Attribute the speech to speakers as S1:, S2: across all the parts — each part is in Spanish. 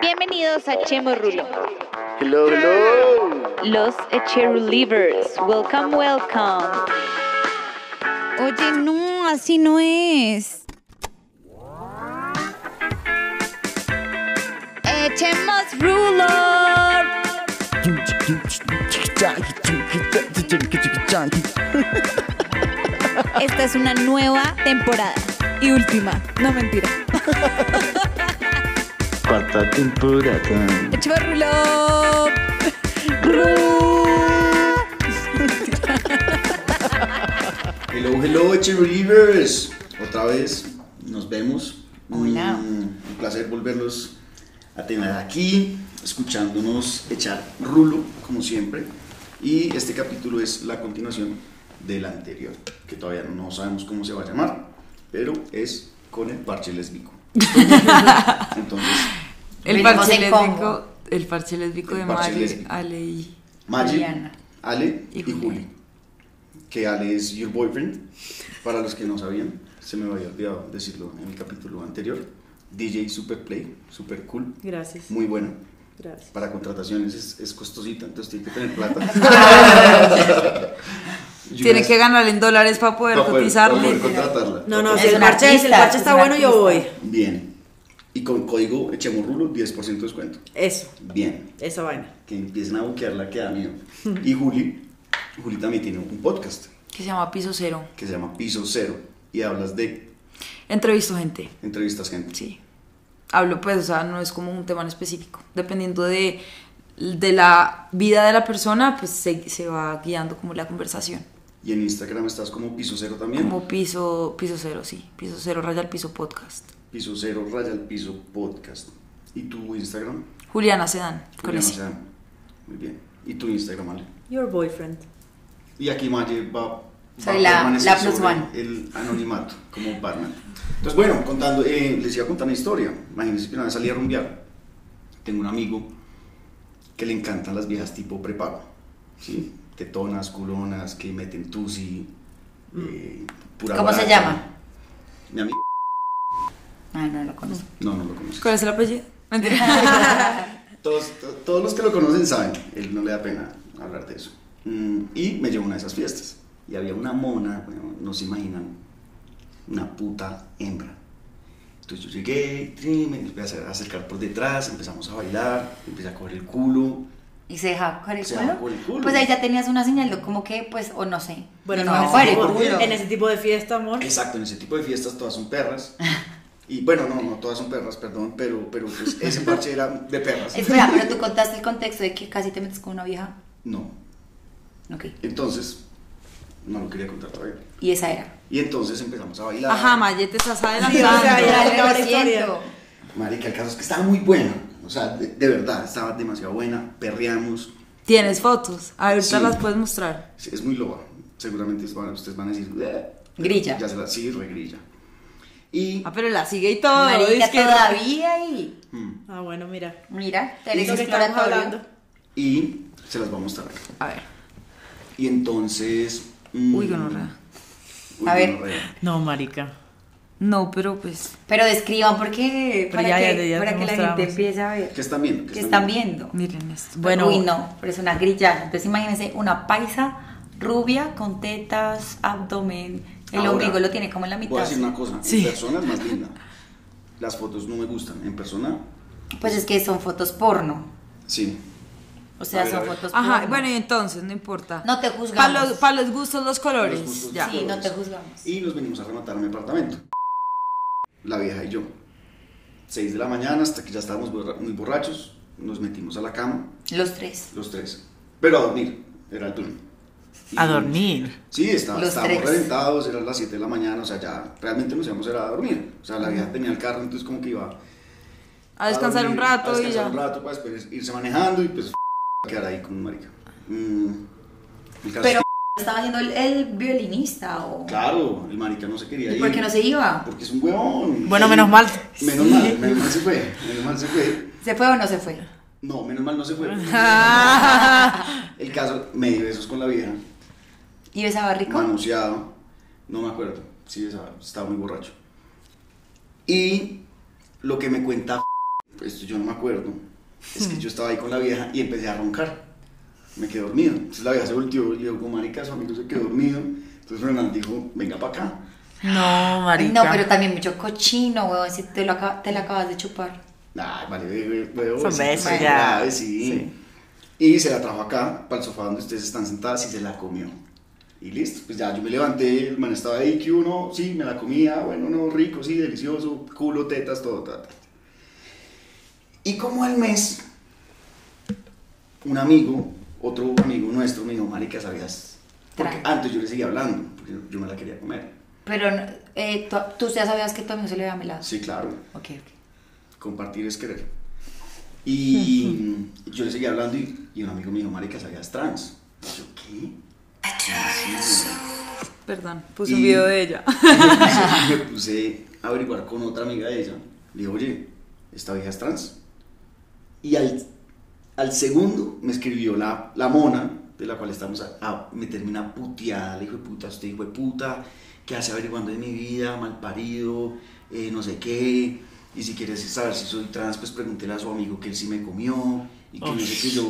S1: Bienvenidos a Chemo y Rulo,
S2: Hello, hello.
S1: los Echerulivers. Welcome, welcome.
S3: Oye, no, así no es. Echemos ruler. Esta es una nueva temporada y última. No mentira.
S2: Cuarta temporada.
S3: Echemos ruler. Ru-
S4: Hello, hello, Cherulivers. Otra vez nos vemos.
S3: Hola.
S4: Mm, un placer volverlos a tener aquí, escuchándonos echar rulo, como siempre. Y este capítulo es la continuación del anterior, que todavía no sabemos cómo se va a llamar, pero es con el parche lésbico. Entonces,
S5: El
S6: Venimos
S5: parche
S6: en
S5: lésbico,
S6: combo.
S5: el parche lésbico
S4: El
S5: de
S4: parche
S5: Mari,
S4: lésbico.
S5: Ale y
S4: Maggi,
S6: Juliana.
S4: Ale y,
S5: Y
S4: Juli.
S5: Julián.
S4: Que Ale es your boyfriend. Para los que no sabían, se me había olvidado decirlo en el capítulo anterior. DJ Superplay, super cool,
S7: Gracias,
S4: muy buena.
S7: gracias.
S4: Para contrataciones es, es costosita, entonces tiene que tener plata.
S5: tiene que ganar en dólares para poder
S4: para poder- para
S5: cotizarle.
S4: poder contratarla.
S7: No, no,
S6: Es
S7: si el
S6: un
S7: parche, si el
S6: artista,
S7: parche
S6: es
S7: está
S6: un
S7: bueno, yo voy.
S6: artista.
S4: Bien. Y con código echemos rulo, 10% de descuento.
S7: Eso,
S4: Bien.
S7: esa vaina.
S4: Que empiecen a buquearla, que da miedo. Y Juli, Juli también tiene un podcast.
S5: que se llama Piso Cero.
S4: que se llama Piso Cero y hablas de
S5: Entrevisto gente,
S4: entrevistas gente.
S5: sí. Hablo, pues, o sea, no es como un tema en específico. Dependiendo de, de la vida de la persona, pues se, se va guiando como la conversación.
S4: Y en Instagram estás como Piso Cero también.
S5: Como piso, piso cero, sí. Piso cero, raya el piso podcast.
S4: Piso Cero raya el piso podcast. ¿Y tu Instagram?
S5: Juliana Sedán, con
S4: Juliana
S5: ese.
S4: Sedano. Muy bien. ¿Y tu Instagram, Ale?
S7: Your boyfriend.
S4: Y aquí Maye va,
S6: Soy
S4: va a
S6: la-
S4: permanecer
S6: la plus
S4: sobre
S6: one.
S4: el anonimato como Batman. Entonces, bueno, contando, eh, les iba a contar una historia. Imagínense que una vez salí a rumbear. Tengo un amigo que le encantan las viejas tipo prepago. ¿sí? Tetonas, culonas, que meten tusi. eh, pura
S6: Mm. ¿Cómo se
S4: baracha.
S6: llama?
S4: Mi amigo.
S6: Ah, no lo conozco.
S4: No, no lo conozco.
S5: ¿Cuál es el apellido? Mentira.
S4: Todos, to- todos los que lo conocen saben, él no le da pena hablar de eso. Mm, y me llevó a una de esas fiestas. Y había una mona, bueno, no se imaginan, una puta hembra. Entonces yo llegué, tri, me empecé a acercar por detrás, empezamos a bailar, empecé a coger el culo.
S6: ¿Y se dejaba con el
S4: Se
S6: culo?
S4: dejaba con el culo.
S6: Pues ahí ya tenías una señal, de como que, pues, o no sé.
S7: Bueno,
S6: no,
S7: no,
S6: con el
S7: en, ese
S4: por
S6: culo.
S7: tipo,
S4: culo.
S7: en ese tipo de fiesta, amor.
S4: Exacto, en ese tipo de fiestas todas son perras. Y bueno, no, no todas son perras, perdón, pero, pero pues, ese parche era de perras.
S6: Espera, pero tú contaste el contexto de que casi te metes con una vieja.
S4: No,
S6: Ok.
S4: entonces, no lo quería contar todavía.
S6: Y esa era.
S4: Y entonces empezamos a bailar.
S5: Ajá, Maye, te estás
S7: Sí, o sea,
S5: adelantando.
S7: ya
S6: Dale,
S7: acaba
S6: lo
S7: la historia.
S6: siento.
S4: Marica, el caso es que estaba muy buena. O sea, de, de verdad, estaba demasiado buena. Perreamos.
S5: Tienes fotos. Ahorita
S4: Sí.
S5: las puedes mostrar.
S4: Sí, Es muy loba. Seguramente es- bueno, ustedes van a decir. "Bleh".
S6: Grilla.
S4: Ya se la, sí, regrilla. Y.
S5: Ah, pero la sigue y todo.
S6: Marica,
S5: es que-
S6: todavía y...
S4: mm,
S7: Ah, bueno, mira.
S6: Mira, te
S7: Lo que estamos hablando.
S6: exploratorio.
S4: Y se las voy a mostrar acá.
S5: A ver.
S4: Y entonces. mm,
S5: Uy, gonorrea.
S4: uy,
S6: A ver.
S4: gonorrea.
S7: No, marica.
S5: No, pero pues.
S6: Pero describan porque
S7: Pero
S6: para
S7: ya,
S6: que,
S7: ya, ya
S6: para
S7: te
S6: que la gente
S7: mostramos.
S6: empiece a ver
S4: ¿Qué están viendo?
S6: que están viendo.
S5: Miren esto.
S7: Bueno.
S6: Uy, no, pero es una grilla. Entonces imagínense una paisa rubia con tetas, abdomen, el
S4: Ahora,
S6: ombligo lo tiene como en la
S4: Voy a
S6: mitad.
S4: decir una cosa. En persona es más linda. Las fotos no me gustan. En persona,
S6: Pues es que son fotos porno.
S4: sí.
S6: O
S4: A
S6: sea,
S4: ver, a
S6: son
S4: ver.
S6: fotos porno.
S5: Ajá, bueno, y entonces, no importa.
S6: No te juzgamos.
S5: Para los, pa' los gustos, los colores.
S4: Los gustos,
S5: ya.
S4: los
S6: Sí, no
S4: colores.
S6: te juzgamos.
S4: Y nos venimos a rematar a mi apartamento. La vieja y yo. 6 de la mañana, hasta que ya estábamos borra- muy borrachos, nos metimos a la cama,
S6: Los tres.
S4: los tres. Pero a dormir, era el turno. Y-
S7: A dormir.
S4: Sí, está-
S6: Los
S4: estábamos
S6: tres.
S4: reventados, eran las 7 de la mañana, o sea, ya realmente nos íbamos a ir a dormir. O sea, la vieja tenía el carro, entonces como que iba
S5: A descansar un
S4: dormir,
S5: rato
S4: a
S5: y
S4: descansar
S5: ya.
S4: un rato para después irse manejando y pues quedar ahí con un marica. Mm, el caso
S6: Pero
S4: es
S6: estaba haciendo el, el violinista o...
S4: que, claro, el marica no se quería ir.
S6: ¿Y por qué no se iba?
S4: Porque es un huevón.
S7: Bueno, menos mal.
S4: Menos mal, menos mal se fue. Menos mal se fue.
S6: ¿Se fue o no se fue?
S4: No, menos mal no se fue. El caso, me dio besos con la vieja,
S6: ¿Y besaba rico?
S4: manuseado. No me acuerdo. Sí, esa- estaba muy borracho. Y Lo que me cuenta, pues yo no me acuerdo, es
S6: Mm.
S4: que yo estaba ahí con la vieja y empecé a roncar. Me quedé dormido. Entonces la vieja se volteó y le dijo, marica, su amigo se quedó dormido. Entonces Fernán dijo, venga para acá.
S5: No, marica.
S6: No, pero también mucho cochino, weón. Si te lo, acaba- te lo acabas de chupar.
S4: Ay, vale, ve- ve- huevo,
S7: Son
S4: es
S7: besos,
S4: más
S7: ya.
S4: grave, sí. Y se la trajo acá, para el sofá donde ustedes están sentadas y se la comió. Y listo, pues ya yo me levanté, el man estaba ahí, que uno, sí, me la comía, bueno, no, rico, sí, delicioso, culo, tetas, todo, ta, ta. Y como al mes, un amigo, otro amigo nuestro, me dijo, marica, ¿sabías? Porque
S6: Tranqui.
S4: antes yo le seguía hablando, porque yo- yo me la quería comer.
S6: Pero no- eh, tú, tú ya sabías que tu amigo se le había melado.
S4: Sí, claro.
S6: Ok, ok.
S4: compartir es querer. Y yo le seguía hablando y, y un amigo me dijo, marica, ¿sabías trans? Y yo, ¿qué?
S5: Perdón, puse
S4: Y-
S5: un video de ella.
S4: Entonces, me puse a averiguar con otra amiga de ella. Le digo, oye, ¿esta vieja es trans? Y al, al segundo me escribió la, la mona, de la cual estamos a, a meterme una puteada. Le dijo, puta, usted hijo de puta, ¿qué hace averiguando de mi vida? Mal parido, eh, no sé qué. Y si quieres saber si soy trans, pues pregúntele a su amigo que él sí me comió. Y que no sé qué. Yo,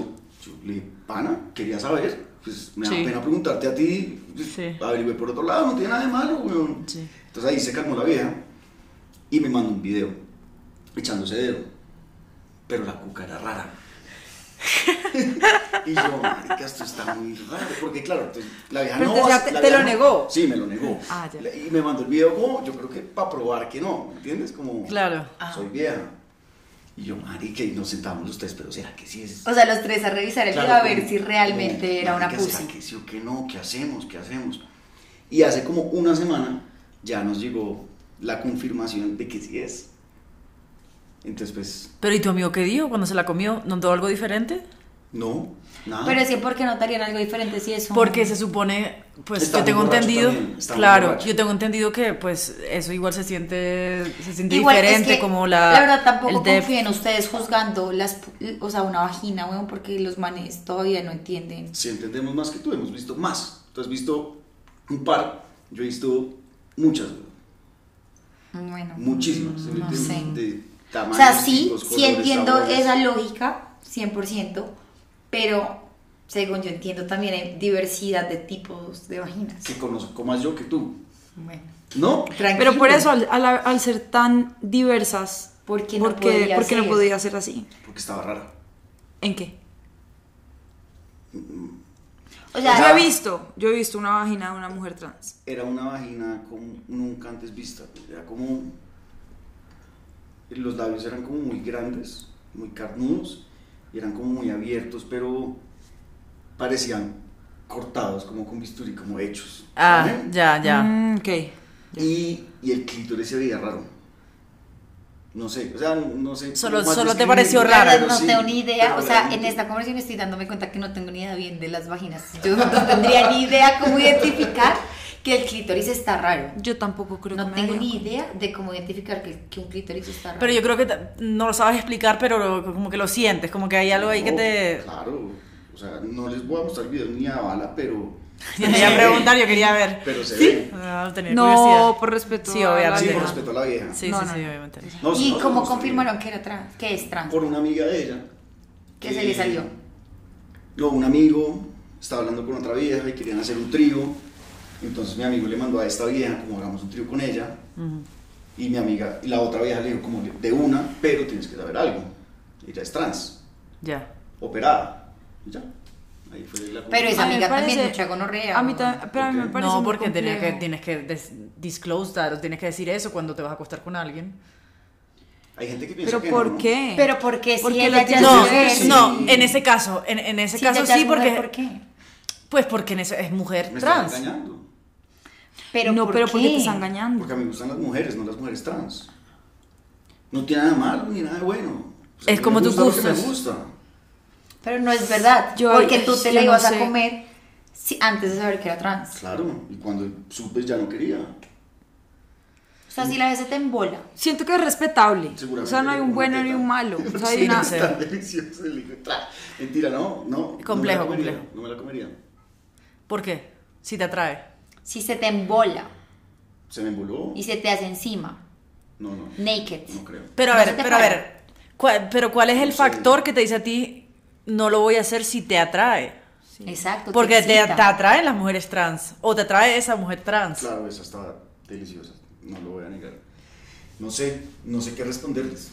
S4: yo le dije, pana, quería saber. Pues me
S7: Sí.
S4: da pena preguntarte a ti.
S7: Sí.
S4: Averigüé por otro lado, no tiene nada de malo, weón.
S7: Sí.
S4: Entonces ahí se calmó la vieja y me mandó un video echándose dedo. Pero la cuca era rara. y yo, marica, esto está muy raro. Porque claro, entonces, la vieja
S5: Pero
S4: no.
S5: entonces
S4: va-
S5: ya te-
S4: la
S5: te
S4: vieja
S5: lo
S4: no-
S5: negó.
S4: Sí, me lo negó.
S5: Ah, ya.
S4: Le- Y me mandó el video como, yo creo que para probar que no, ¿me entiendes? Como,
S7: Claro.
S4: soy vieja. Y yo, marica, y nos sentamos los tres, pero ¿será que sí es?
S6: O sea, los tres a revisar el
S4: Claro,
S6: video a ver
S4: como,
S6: si realmente
S4: como,
S6: era una
S4: marica, ¿será
S6: pussy.
S4: que sí o que no? ¿Qué hacemos? ¿Qué hacemos? Y hace como una semana ya nos llegó la confirmación de que sí es. Entonces, pues,
S7: Pero ¿y tu amigo qué dijo cuando se la comió? ¿Notó algo diferente?
S4: no, nada.
S6: Pero sí, ¿por qué notarían algo diferente si es un...
S7: Porque se supone, pues
S4: Está
S7: yo tengo
S4: borracho
S7: entendido,
S4: también, está
S7: claro,
S4: borracho.
S7: yo tengo entendido que pues eso igual se siente, se siente
S6: Igual es
S7: diferente
S6: que,
S7: como la,
S6: La verdad tampoco
S7: el def-
S6: confíen ustedes juzgando las, pu- o sea, una vagina, weón, porque los manes todavía no entienden.
S4: Si entendemos más que tú, hemos visto más. Tú has visto un par, yo he visto muchas,
S6: Bueno.
S4: muchísimas. ¿sí me
S6: No
S4: entiendes?
S6: sé.
S4: De
S6: O
S4: tamaños,
S6: sea, sí,
S4: tipos,
S6: sí
S4: colores,
S6: entiendo
S4: sabores.
S6: esa lógica, 100%, pero según yo entiendo también hay diversidad de tipos de vaginas.
S4: Que conozco más yo que tú.
S6: Bueno,
S4: ¿No?
S5: Pero por eso, al, al- al ser tan diversas,
S6: ¿Por qué no
S5: ¿por qué-
S6: podía
S5: por qué no
S6: ser?
S5: podía ser así?
S4: Porque estaba rara.
S5: ¿En qué?
S6: O sea,
S5: yo he visto, yo he visto una vagina de una mujer trans.
S4: era una vagina como nunca antes vista. Era como. Los labios eran como muy grandes, muy carnudos, y eran como muy abiertos, pero parecían cortados, como con bisturí, como hechos.
S7: Ah,
S4: ¿saben?
S7: ya, ya.
S5: Mm, ok.
S4: Y, y el clítoris se veía raro. No sé, o sea, no sé.
S7: Solo-
S4: cómo más
S7: solo te
S4: describirlo,
S7: pareció
S6: la
S7: raro,
S6: verdad
S4: pero
S6: no
S4: sí,
S6: tengo ni idea.
S4: pero
S6: O sea, en
S4: realmente-
S6: esta conversación estoy dándome cuenta que no tengo ni idea bien de las vaginas. Yo no tendría ni idea cómo identificar que el clítoris está raro.
S5: Yo tampoco creo
S6: No
S5: que me
S6: tengo
S5: haría-
S6: ni idea de cómo identificar que, que un clítoris está raro.
S7: Pero yo creo que ta- no lo sabes explicar, pero lo- como que lo sientes, como que hay algo ahí que
S4: No,
S7: te...
S4: Claro, o sea, no les voy a mostrar el video ni a bala, pero.
S7: Yo quería preguntar, yo quería ver.
S4: Pero se ve.
S7: Ah, tenía
S5: No,
S7: curiosidad.
S5: por respeto.
S7: Sí,
S5: a la
S7: obviamente.
S4: Sí,
S5: vieja.
S4: por respeto a la vieja.
S7: Sí,
S5: No,
S7: sí,
S5: no,
S7: sí,
S5: no.
S7: obviamente.
S4: No, sí,
S6: ¿Y
S4: no, se
S6: cómo
S4: los mostré.
S6: confirmaron que era trans? ¿Qué es trans?
S4: Por una amiga de ella.
S6: ¿Qué se le salió?
S4: No, un amigo estaba hablando con otra vieja y querían hacer un trío. Entonces mi amigo le mandó a esta vieja, como hagamos un trío con ella. Y mi amiga, y la otra vieja le dijo, como de una, pero tienes que saber algo. Ella es trans,
S7: Ya.
S4: operada. Y ya. Ahí fue la
S6: Pero esa
S5: A mí me
S6: amiga también
S5: parece-
S6: mucha gonorrea.
S5: A mí
S6: ¿no?
S5: ta- pero a mí me
S4: Ok.
S5: parece
S7: no,
S5: muy
S7: porque tenía que,
S5: complejo.
S7: tienes que des- disclose that, o tienes que decir eso cuando te vas a acostar con alguien.
S4: Hay gente que piensa
S5: ¿Pero
S4: que
S5: por
S4: no, ¿no?
S5: qué?
S6: Pero porque si
S5: Porque
S6: ella
S5: la-
S6: ya
S7: no,
S6: es mujer,
S4: sí.
S7: no, en ese caso, en, en ese
S6: si
S7: caso
S6: ella ya
S7: sí,
S6: es mujer,
S7: porque...
S6: ¿por qué?
S7: Pues porque en ese- es mujer
S4: Me están
S7: trans.
S4: engañando.
S6: Pero
S5: no,
S6: ¿por
S5: pero porque
S6: qué?
S5: te está engañando.
S4: Porque a mí me gustan las mujeres, no las mujeres trans. No tiene nada de malo ni nada de bueno. O sea,
S7: Es
S4: a mí
S7: como
S4: me
S7: tus
S4: gusta lo que me
S7: gustos.
S4: gusta.
S6: Pero no es verdad.
S5: Yo-
S6: porque tú te
S5: yo
S6: la
S5: no
S6: ibas a
S5: sé.
S6: comer si- antes de saber que era trans.
S4: Claro, y cuando supe ya no quería.
S6: O sea, si la vez se te embola.
S5: Siento que es respetable. O
S4: Seguramente
S5: sea, no hay un
S4: una
S5: bueno ni
S4: teta.
S5: un malo. O sea, hay
S7: Sí,
S5: una-
S7: no sé.
S4: Tan delicioso el hijo de tra- Mentira, no, no.
S7: Complejo,
S4: no me la comería,
S7: complejo.
S4: No me la comería.
S7: ¿Por qué? Si te atrae.
S6: Si se te embola
S4: Se me emboló.
S6: y se te hace encima.
S4: No, no.
S6: Naked.
S4: No creo.
S7: Pero a
S6: No
S7: ver,
S6: se te
S7: pero a
S6: para.
S7: ver, ¿cuál- pero ¿cuál es el
S4: Sí.
S7: factor que te dice a ti, no lo voy a hacer si te atrae?
S6: Exacto.
S7: Porque te,
S6: excita.
S7: te atraen las mujeres trans, o te atrae esa mujer trans.
S4: Claro, esa estaba deliciosa. No lo voy a negar. No sé, no sé qué responderles.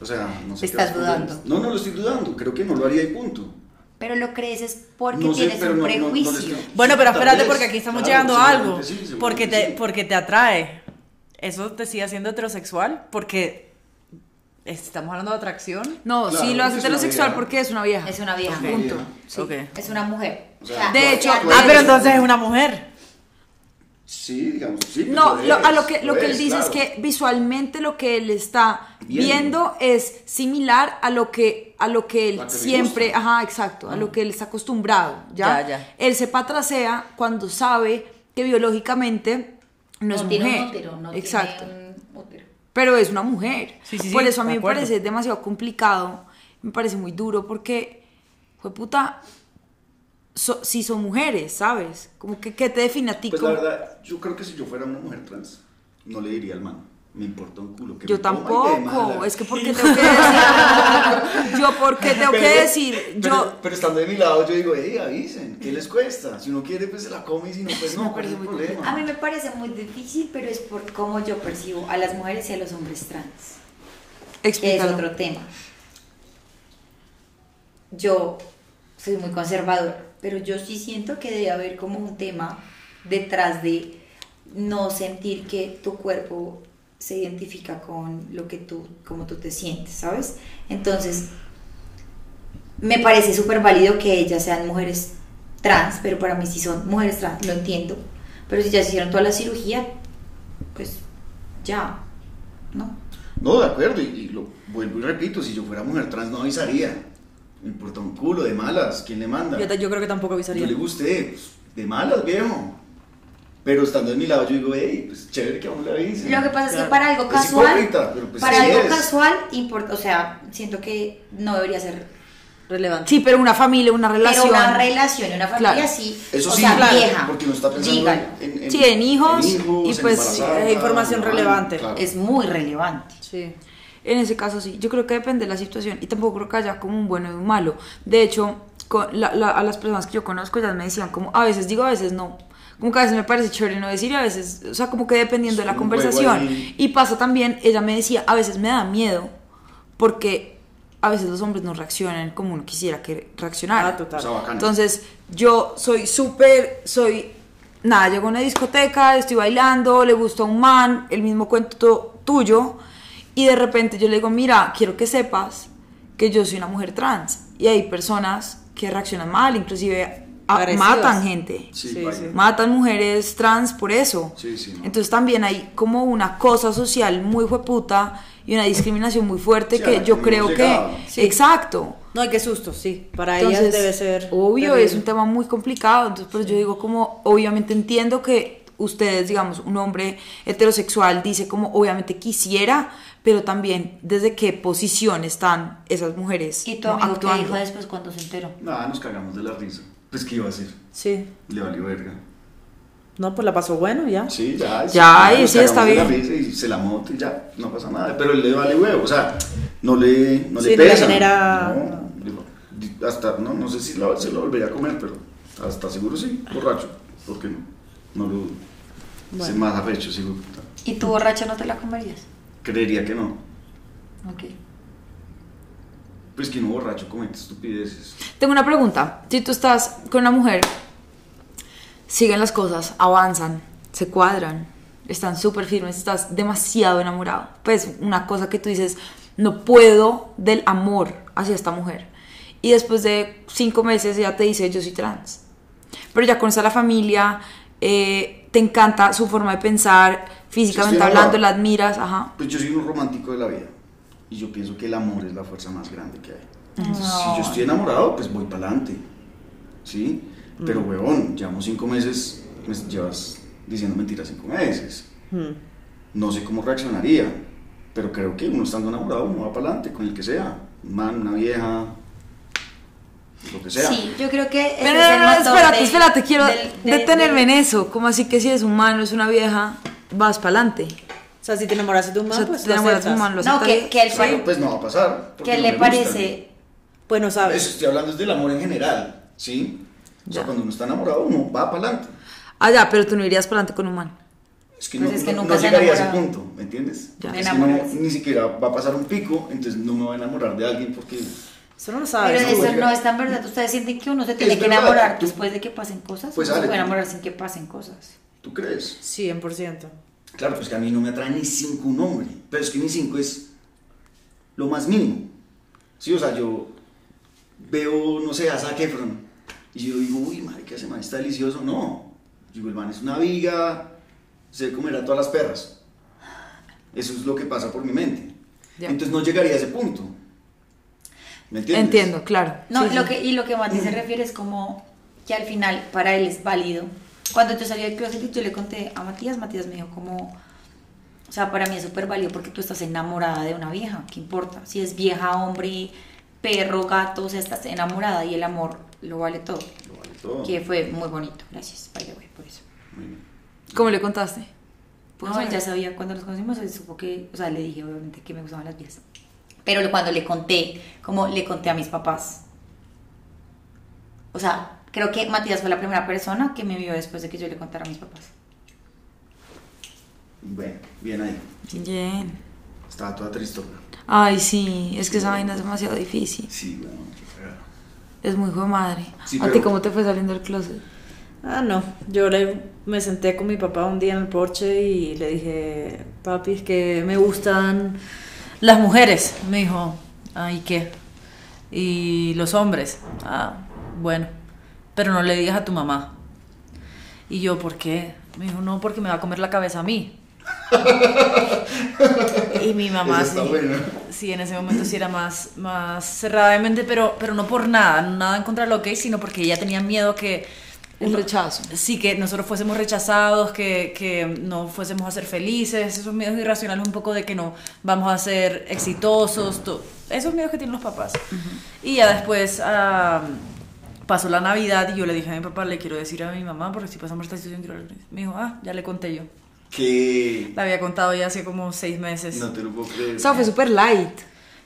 S4: O sea, no sé qué
S6: Te estás
S4: responderles.
S6: dudando.
S4: No, no lo estoy dudando. Creo que no lo haría y punto.
S6: Pero lo crees es porque
S4: No sé,
S6: tienes
S4: pero
S6: un
S4: no- no- no le
S6: prejuicio.
S4: estoy-
S7: Bueno, pero
S4: Tal
S7: espérate
S4: vez,
S7: porque aquí estamos
S4: claro,
S7: llegando a algo.
S4: seguramente sí, seguramente
S7: porque, te,
S4: sí.
S7: porque te atrae. ¿Eso te sigue haciendo heterosexual? Porque estamos hablando de atracción.
S5: No,
S4: Claro,
S5: sí lo hace
S4: es una
S5: heterosexual
S4: vieja.
S5: porque es una vieja.
S6: Es una vieja.
S4: Ok.
S6: Punto. Sí,
S7: Ok.
S6: Es una mujer.
S4: O sea,
S5: De hecho,
S6: sea-
S4: Pues-
S7: ah, pero entonces es una mujer.
S4: Sí, digamos, sí. pues
S5: No,
S4: lo
S5: lo- a
S4: es,
S5: lo que, lo que él
S4: es,
S5: dice es
S4: claro.
S5: que visualmente lo que él está
S4: Viendo.
S5: viendo, es similar a lo que, a lo que él
S4: A que le
S5: siempre,
S4: gusta. Mm.
S5: ajá, exacto, a lo que él está acostumbrado, ¿ya?
S7: Ya, ya.
S5: Él se patrasea cuando sabe que biológicamente no, es
S6: tiene
S5: mujer.
S6: un útero, no
S5: exacto.
S6: tiene un útero.
S5: Pero es una mujer.
S7: Sí, sí, sí,
S5: Por eso a mí
S7: de
S5: me
S7: acuerdo.
S5: parece demasiado complicado, me parece muy duro porque, fue puta, si son mujeres, ¿sabes? Como que, ¿qué te define a ti
S4: Pues la
S5: como-
S4: verdad, yo creo que si yo fuera una mujer trans, no le diría al man. Me importa un culo. Que
S5: Yo
S4: me coma y que de
S5: tampoco,
S4: mala.
S5: es que porque tengo que decir, yo porque tengo que
S4: Pero-
S5: decir,
S4: pero-
S5: yo,
S4: Pero estando de mi lado, yo digo, hey, avisen, ¿qué les cuesta? Si uno quiere, pues se la come y si no, pues no, ¿cuál es el
S6: A mí
S4: problema?
S6: me parece muy difícil, pero es por cómo yo percibo a las mujeres y a los hombres trans. que es
S5: explícalo.
S6: otro tema. Yo soy muy conservadora, pero yo sí siento que debe haber como un tema detrás de no sentir que tu cuerpo se identifica con lo que tú, como tú te sientes, ¿sabes? Entonces, me parece súper válido que ellas sean mujeres trans, pero para mí si son mujeres trans, lo entiendo. Pero si ya se hicieron toda la cirugía, pues ya, ¿no?
S4: No, de acuerdo, y, y lo vuelvo y repito, si yo fuera mujer trans, no avisaría. Me importa un culo, de malas, ¿quién le manda?
S7: Yo, creo que tampoco
S4: Yo
S7: avisaría.
S4: le gusté, pues, de malas, viejo. Pero estando de mi lado, yo digo, hey, pues chévere que aún le avisen.
S6: Lo que pasa es que
S7: Claro.
S6: para algo
S4: Es
S6: casual,
S4: hipócrita, pero pues
S6: para
S4: así
S6: algo
S4: es.
S6: casual importa, o sea, siento que no debería ser
S7: Relevante.
S5: Sí, pero una familia, una relación.
S6: pero una relación, una familia
S5: Claro.
S6: sí,
S4: Eso
S6: o
S4: sí,
S6: sea,
S4: claro,
S6: vieja,
S4: porque no está pensando
S6: digan,
S4: en, en,
S5: Sí, en hijos, y
S4: en
S5: pues,
S4: embarazadas,
S7: es información
S4: claro,
S7: relevante.
S4: claro.
S6: es muy relevante.
S7: Sí.
S5: En ese caso sí, yo creo que depende de la situación y tampoco creo que haya como un bueno y un malo. De hecho, con la- la- a las personas que yo conozco ellas me decían como, a veces digo, a veces no. Como que a veces me parece chévere no decir, y a veces, o sea, como que dependiendo de
S4: Es
S5: la
S4: un juego
S5: conversación.
S4: ahí.
S5: Y pasa también, ella me decía, a veces me da miedo porque a veces los hombres no reaccionan como uno quisiera que reaccionaran.
S7: Ah, total.
S4: O sea, bacano.
S5: Entonces, yo soy súper, soy... Nada, llego a una discoteca, estoy bailando, le gusta un man, el mismo cuento tu- tuyo, y de repente yo le digo, mira, quiero que sepas que yo soy una mujer trans, y hay personas que reaccionan mal, inclusive a-
S7: Agresivas.
S5: matan gente,
S4: Sí,
S7: Sí,
S4: vaya.
S7: sí.
S5: matan mujeres trans por eso.
S4: Sí, sí, no.
S5: Entonces también hay como una cosa social muy hueputa y una discriminación muy fuerte
S4: Sí, a la
S5: que
S4: que
S5: yo
S4: no
S5: creo
S4: hemos
S5: que...
S4: llegado.
S5: Exacto.
S7: No, hay que susto, sí. Para
S5: Entonces,
S7: ellas debe ser.
S5: Obvio,
S7: terrible.
S5: es un tema muy complicado. Entonces, pues yo digo, como, obviamente entiendo que ustedes, digamos, un hombre heterosexual dice, como, obviamente quisiera, pero también desde qué posición están esas mujeres
S6: Y tu
S5: ¿no?
S6: amigo que
S5: actuando.
S6: dijo después cuando se enteró.
S4: Nada, nos cagamos de la risa. Pues, ¿qué iba a hacer?
S7: Sí.
S4: Le valió verga.
S7: No, pues la pasó bueno ya.
S4: Sí, ya.
S5: Ya,
S4: sí,
S5: y
S4: nos
S5: sí, está
S4: cagamos de la
S5: bien.
S4: risa Y se la moto y ya, no pasa nada. Pero él le vale huevo, o sea, no le, no
S7: Sí,
S4: le
S7: no le
S4: pesa.
S7: genera-
S4: No, digo, hasta, no, no sé si la- se lo volvería a comer, pero hasta seguro sí, borracho. ¿Por qué no? No lo dudo. Se más afecho, sí, güey, puta.
S6: ¿Y tu borracha no te la comerías?
S4: Creería que no.
S6: Ok.
S4: Pues que no borracho comete estupideces.
S5: Tengo una pregunta. Si tú estás con una mujer, siguen las cosas, avanzan, se cuadran, están súper firmes, estás demasiado enamorado. Pues una cosa que tú dices, no puedo del amor hacia esta mujer. Y después de cinco meses ella te dice, yo soy trans. Pero ya conoces a la familia, eh, te encanta su forma de pensar, físicamente
S4: enamorado.
S5: hablando, la admiras, ajá.
S4: Pues yo soy un romántico de la vida. Y yo pienso que el amor es la fuerza más grande que hay. Entonces, si yo estoy enamorado, pues voy para adelante. ¿Sí? Pero, huevón, llevamos cinco meses, me llevas diciendo mentiras cinco meses. No sé cómo reaccionaría, pero creo que uno estando enamorado, uno va para adelante con el que sea. Un man, una vieja, lo que sea.
S6: Sí, yo creo que ese
S5: Pero
S6: es
S5: no,
S6: el
S5: no, no,
S6: motor
S5: espérate,
S6: del-
S5: espérate, quiero
S6: del- del-
S5: detenerme
S6: del-
S5: en eso. Como así que si es humano, es una vieja, vas para adelante.
S7: sea, si te enamoras de un man,
S5: O sea,
S7: pues
S5: te
S7: lo
S5: enamoras de un
S7: aceptas.
S5: man, lo
S6: No,
S5: aceptas.
S6: que, que él,
S4: Claro, pues no va a pasar. porque
S6: que
S4: no
S6: le
S4: me
S6: parece,
S7: Pues no
S4: gustan.
S7: sabes.
S4: Eso estoy hablando es del amor en general, ¿sí? O sea,
S5: Ya.
S4: cuando uno está enamorado, uno va para adelante.
S5: Ah, ya, pero tú no irías para adelante con un man.
S4: Es que,
S6: Pues
S4: no,
S6: es que
S4: no-
S6: nunca
S4: no
S6: se
S4: llegaría a ese
S6: enamora.
S4: punto, ¿me entiendes?
S5: Ya.
S4: Es
S6: De
S4: que no-
S6: enamorarse.
S4: ni siquiera va a pasar un pico, entonces no me va a enamorar de alguien porque...
S7: Eso no lo
S6: pero
S7: sabes.
S4: no,
S6: eso
S4: porque-
S6: no es tan verdad. Ustedes sienten que uno se tiene
S4: Es
S6: que
S4: verdad,
S6: enamorar
S4: tú-
S6: después de que pasen cosas.
S4: Pues,
S6: Uno se
S4: Ale,
S6: puede
S4: tú-
S6: enamorar sin que pasen cosas.
S4: ¿Tú crees?
S7: 100%.
S4: Claro, pues que a mí no me atrae ni cinco un hombre, pero es que ni cinco es lo más mínimo. Sí, o sea, yo veo, no sé, a Zac Efron y yo digo, uy, madre, ese man está delicioso. No, yo digo, el man es una viga, se comerá todas las perras. Eso es lo que pasa por mi mente.
S5: Ya.
S4: Entonces no llegaría a ese punto. ¿Me entiendes?
S5: Entiendo, claro.
S6: No,
S5: Sí,
S6: lo
S5: sí.
S6: Que, y lo que Mati se refiere es como que al final para él es válido. Cuando yo salí del closet y yo le conté a Matías, Matías me dijo como, o sea, para mí es súper válido porque tú estás enamorada de una vieja, ¿qué importa? Si es vieja, hombre, perro, gato, o sea, estás enamorada y el amor lo vale todo.
S4: Lo vale todo.
S6: Que fue muy bonito, gracias, by the way, por eso.
S4: Muy bien.
S5: ¿Cómo le contaste?
S6: Pues no, él ya sabía cuando nos conocimos, él supo que, o sea, le dije obviamente que me gustaban las viejas. Pero cuando le conté, como le conté a mis papás, o sea, creo que Matías fue la primera persona que me vio después de que yo le contara a mis papás.
S4: Bueno, bien ahí.
S5: Bien.
S4: Estaba toda tristona.
S5: Ay, sí, es que esa vaina es demasiado difícil.
S4: Sí, bueno, qué cagada.
S5: Es muy hijo de madre.
S4: Sí,
S5: ¿A ti
S4: pero-
S5: cómo te fue saliendo del closet?
S7: Ah, no. Yo le, me senté con mi papá un día en el porche y le dije, papi, es que me gustan las mujeres. Me dijo, ah, ¿y qué? Y los hombres. Ah, bueno. Pero no le digas a tu mamá. Y yo, ¿por qué? Me dijo, no, porque me va a comer la cabeza a mí. y mi mamá
S4: Eso está
S7: sí,
S4: bueno.
S7: sí, en ese momento sí era más, más cerrada de mente, pero, pero no por nada, nada en contra de lo gay, sino porque ella tenía miedo que...
S5: Un rechazo.
S7: Sí, que nosotros fuésemos rechazados, que, que no fuésemos a ser felices, esos miedos irracionales un poco de que no vamos a ser exitosos, to- esos miedos que tienen los papás. Y ya después ah, pasó la Navidad y yo le dije a mi papá, le quiero decir a mi mamá, porque si pasamos esta situación, quiero hablar con ella". Me dijo, ah, ya le conté yo.
S4: Que
S7: La había contado ya hace como seis meses.
S4: no te lo puedo creer.
S5: O sea, fue súper light.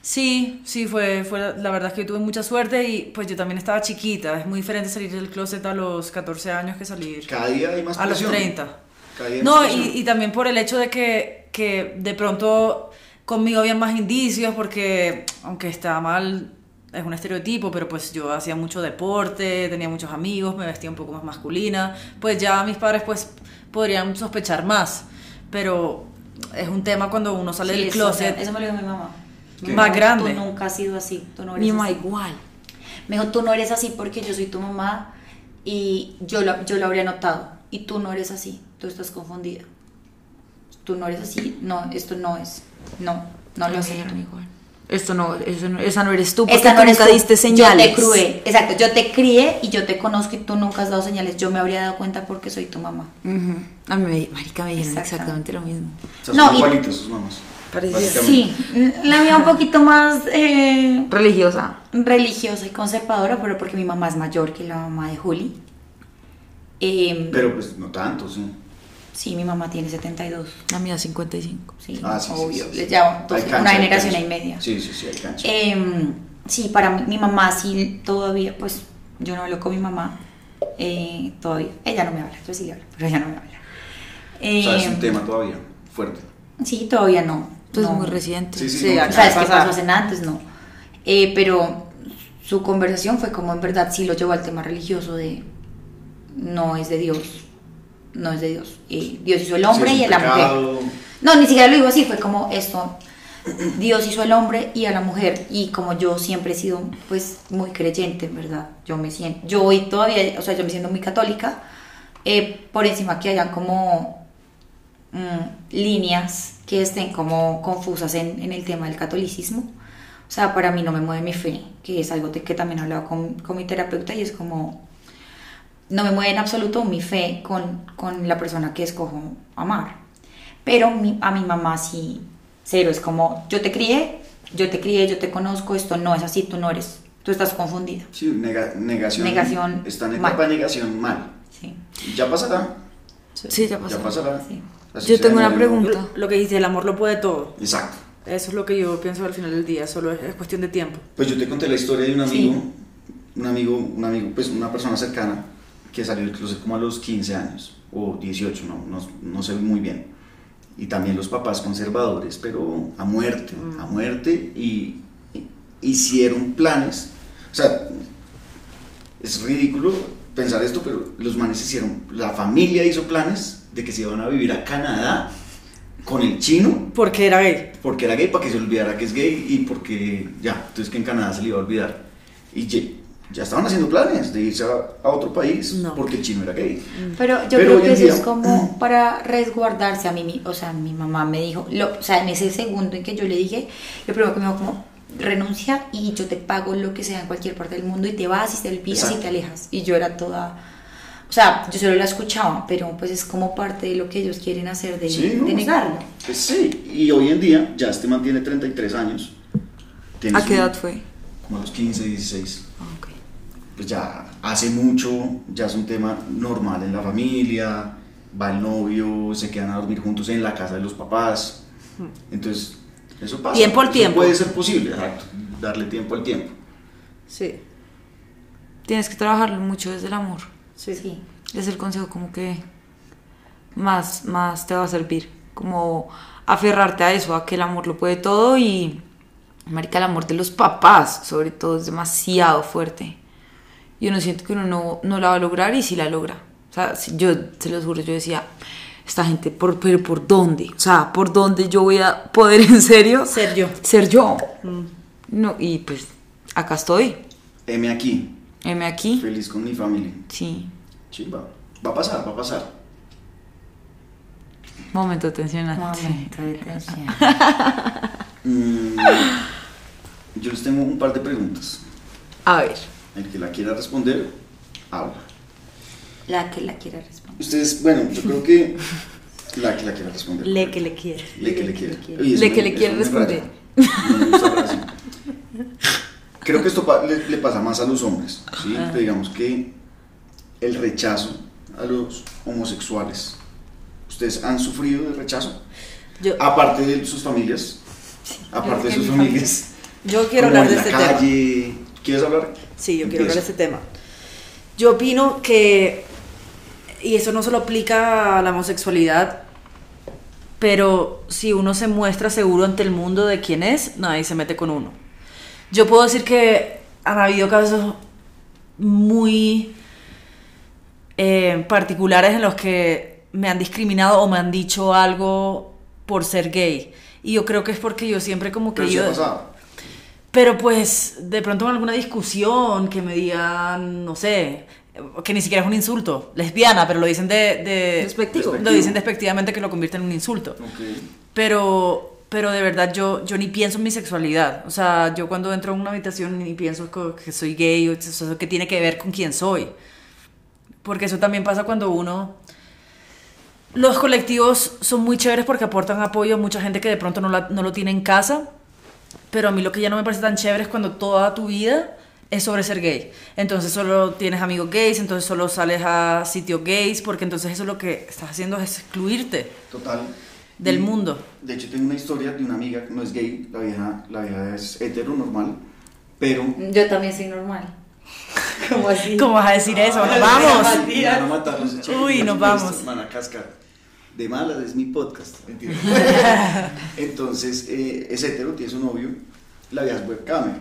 S7: Sí, sí, fue, fue la- la verdad es que yo tuve mucha suerte y pues yo también estaba chiquita, es muy diferente salir del closet a los 14 años que salir.
S4: Cada día hay más
S7: A los
S4: presión.
S7: 30.
S4: Cada día hay
S7: No,
S4: más
S7: y,
S4: presión.
S7: y también por el hecho de que, que de pronto conmigo había más indicios, porque aunque está mal, es un estereotipo, pero pues yo hacía mucho deporte, tenía muchos amigos, me vestía un poco más masculina, pues ya mis padres pues podrían sospechar más, pero es un tema cuando uno sale
S6: Sí,
S7: del
S6: eso,
S7: closet
S6: o sea, Eso me lo dijo mi mamá.
S4: ¿Qué?
S7: más
S6: Tú
S7: grande.
S6: nunca has sido así, tú no eres
S5: Mi
S6: así.
S5: mamá igual.
S6: Me dijo, tú no eres así porque yo soy tu mamá y yo lo, yo lo habría notado. Y tú no eres así, tú estás confundida. Tú no eres así, no, esto no es. No, no lo sé.
S5: Mierda, igual. Esto no, eso no- esa no eres tú, porque
S6: Esta
S5: tú
S6: no eres
S5: nunca
S6: tú.
S5: diste señales.
S6: Yo te crié, exacto, yo te crié y yo te conozco y tú nunca has dado señales. Yo me habría dado cuenta porque soy tu mamá.
S5: Ujú. A mí, me- marica, me dijeron
S6: Exactamente.
S5: exactamente lo mismo.
S4: O sea,
S6: No,
S4: son
S6: y-
S4: igualitos sus mamás.
S5: Parecido.
S4: básicamente.
S6: Sí, la mía un poquito más eh,
S5: Religiosa.
S6: religiosa y conservadora, pero porque mi mamá es mayor que la mamá de Juli. Em,
S4: Pero pues no tanto, sí.
S6: sí, mi mamá tiene 72.
S5: La mía 55.
S6: Sí,
S4: Ah, sí, sí,
S6: obvio.
S4: sí, sí.
S6: les lleva dos-
S4: Hay cancha,
S6: una
S4: hay
S6: generación
S4: cancha.
S6: y media.
S4: Sí, sí, sí, hay cancha.
S6: Em, sí, para mí, mi mamá sí todavía, pues yo no hablo con mi mamá eh, todavía. Ella no me habla, yo sí le hablo, pero ella no me habla.
S4: o sea, es
S6: Em,
S4: un tema todavía fuerte.
S6: Sí, todavía no.
S5: Entonces Pues
S6: no.
S5: muy reciente.
S4: Sí, sí,
S7: sí,
S4: no,
S7: acá.
S6: O sea, es que
S7: Pasa.
S6: pasó hace nada, antes no. Eh, pero su conversación fue como en verdad sí lo llevó al tema religioso de no es de Dios, no es de Dios. Eh, Dios hizo el hombre
S4: Sí, es
S6: y a
S4: un
S6: la
S4: pecado.
S6: mujer. No, ni siquiera lo digo así, fue como esto. Dios hizo al hombre y a la mujer y como yo siempre he sido pues muy creyente, en verdad, yo me siento, yo hoy todavía, o sea, yo me siento muy católica, eh, por encima que hayan como mm, líneas que estén como confusas en, en el tema del catolicismo. O sea, para mí no me mueve mi fe, que es algo de que también he hablado con, con mi terapeuta y es como, no me mueve en absoluto mi fe con, con la persona que escojo amar. Pero mi- a mi mamá sí, cero, es como, yo te crié, yo te crié, yo te conozco, esto no es así, tú no eres, tú estás confundida.
S4: Sí, nega- negación.
S6: Negación
S4: Está en
S6: mal.
S4: etapa de negación mal.
S6: Sí,
S4: Ya pasará.
S5: Sí, ya pasó.
S4: Ya pasará.
S6: sí.
S4: Así
S5: Yo
S4: sea
S5: tengo una
S4: negro.
S5: pregunta.
S7: Lo que dice, el amor lo puede todo.
S4: Exacto.
S7: Eso es lo que yo pienso al final del día, solo es, es cuestión de tiempo.
S4: Pues yo te conté la historia de un amigo, un amigo, un amigo, pues una persona cercana que salió del closet como a los 15 años o 18, no, no, no sé muy bien. Y también los papás conservadores, pero a muerte, a muerte y, y- hicieron planes. O sea, es ridículo pensar esto, pero los manes hicieron, la familia hizo planes de que se iban a vivir a Canadá con el chino
S7: Porque era gay.
S4: porque era gay, para que se olvidara que es gay y porque ya, entonces que en Canadá se le iba a olvidar. Y ye- ya estaban haciendo planes de irse a, a otro país
S7: No.
S4: porque el chino era gay.
S6: Pero yo
S4: Pero
S6: creo
S4: hoy
S6: que
S4: en
S6: eso
S4: día-
S6: es como para resguardarse a mí, mi- o sea, mi mamá me dijo, lo, o sea, en ese segundo en que yo le dije, lo primero que me dijo como, renuncia y yo te pago lo que sea en cualquier parte del mundo y te vas y te olvidas y
S4: Exacto.
S6: te alejas. Y yo era toda, o sea, yo solo la escuchaba, pero pues es como parte de lo que ellos quieren hacer, de,
S4: Sí, ¿no?
S6: de negarlo.
S4: Pues sí, y hoy en día ya este man tiene 33 años. Tiene
S5: ¿A
S4: su-
S5: qué edad fue?
S4: Como a los 15, 16.
S7: Ah,
S4: Pues ya hace mucho, ya es un tema normal en la familia, va el novio, se quedan a dormir juntos en la casa de los papás. Entonces, eso pasa.
S7: Hmm. Tiempo al
S4: Eso
S7: tiempo.
S4: Puede ser posible, exacto. Darle tiempo al tiempo.
S7: Sí.
S5: Tienes que trabajarlo mucho desde el amor.
S6: Sí.
S5: Es el consejo como que más, más te va a servir. Como aferrarte a eso, a que el amor lo puede todo y... Marica, el amor de los papás, sobre todo, es demasiado fuerte. Y uno siente que uno no, no la va a lograr y sí la logra. O sea, si- yo se los juro, yo decía, esta gente, por, pero ¿por dónde? O sea, ¿por dónde yo voy a poder en serio?
S7: Ser yo.
S5: Ser yo. No, y pues acá estoy.
S4: M aquí,
S5: M aquí.
S4: feliz con mi familia.
S5: Sí.
S4: Chimba. Va a pasar, va a pasar.
S5: Momento tensionante.
S4: Mm, yo les tengo un par de preguntas.
S5: A ver.
S4: El que la quiera responder, habla.
S6: La que la quiera responder.
S4: Ustedes, bueno, yo creo que la que la quiera responder.
S7: Le que le quiere.
S4: Le que le quiera.
S5: Le que le quiera responder.
S4: Creo que esto pa- le, le pasa más a los hombres, ¿sí? Digamos que el rechazo a los homosexuales. ¿Ustedes han sufrido de rechazo?
S7: Yo-
S4: Aparte de sus familias. Aparte de sus familias.
S7: Yo quiero
S4: como
S7: hablar de
S4: en
S7: este
S4: la
S7: tema.
S4: calle. ¿Quieres hablar?
S7: Sí, yo quiero hablar de
S4: Empieza.
S7: este tema. Yo opino que, y eso no solo aplica a la homosexualidad, pero si uno se muestra seguro ante el mundo de quién es, nadie se mete con uno. Yo puedo decir que han habido casos muy eh, particulares en los que me han discriminado o me han dicho algo por ser gay. Y yo creo que es porque yo siempre como que...
S4: Pero sí
S7: yo-
S4: ha pasado.
S7: pero pues de pronto en alguna discusión que me digan, no sé, que ni siquiera es un insulto, lesbiana, pero lo dicen de... de-
S5: Despectivo.
S7: Lo dicen despectivamente que lo convierten en un insulto. Pero, pero de verdad yo, yo ni pienso en mi sexualidad. O sea, yo cuando entro en una habitación ni pienso co- que soy gay o eso que tiene que ver con quién soy. Porque eso también pasa cuando uno... Los colectivos son muy chéveres porque aportan apoyo a mucha gente que de pronto no, la- no lo tiene en casa. Pero a mí lo que ya no me parece tan chévere es cuando toda tu vida es sobre ser gay. Entonces solo tienes amigos gays, entonces solo sales a sitios gays, porque entonces eso lo que estás haciendo es excluirte.
S4: Total.
S7: Del
S4: Y,
S7: mundo.
S4: De hecho, tengo una historia de una amiga que no es gay, la vieja, la vieja es hetero normal, pero.
S6: Yo también soy normal. ¿Cómo así?
S7: ¿Cómo vas a decir eso? ¡Nos
S4: Sí,
S7: vamos!
S4: me van a matar los chicos,
S7: Uy,
S4: los
S7: nos
S4: chicos,
S7: vamos.
S4: Van a cascar. De malas es mi podcast. mentira. Entonces, eh, es hetero, tiene su novio, la vieja es webcamer.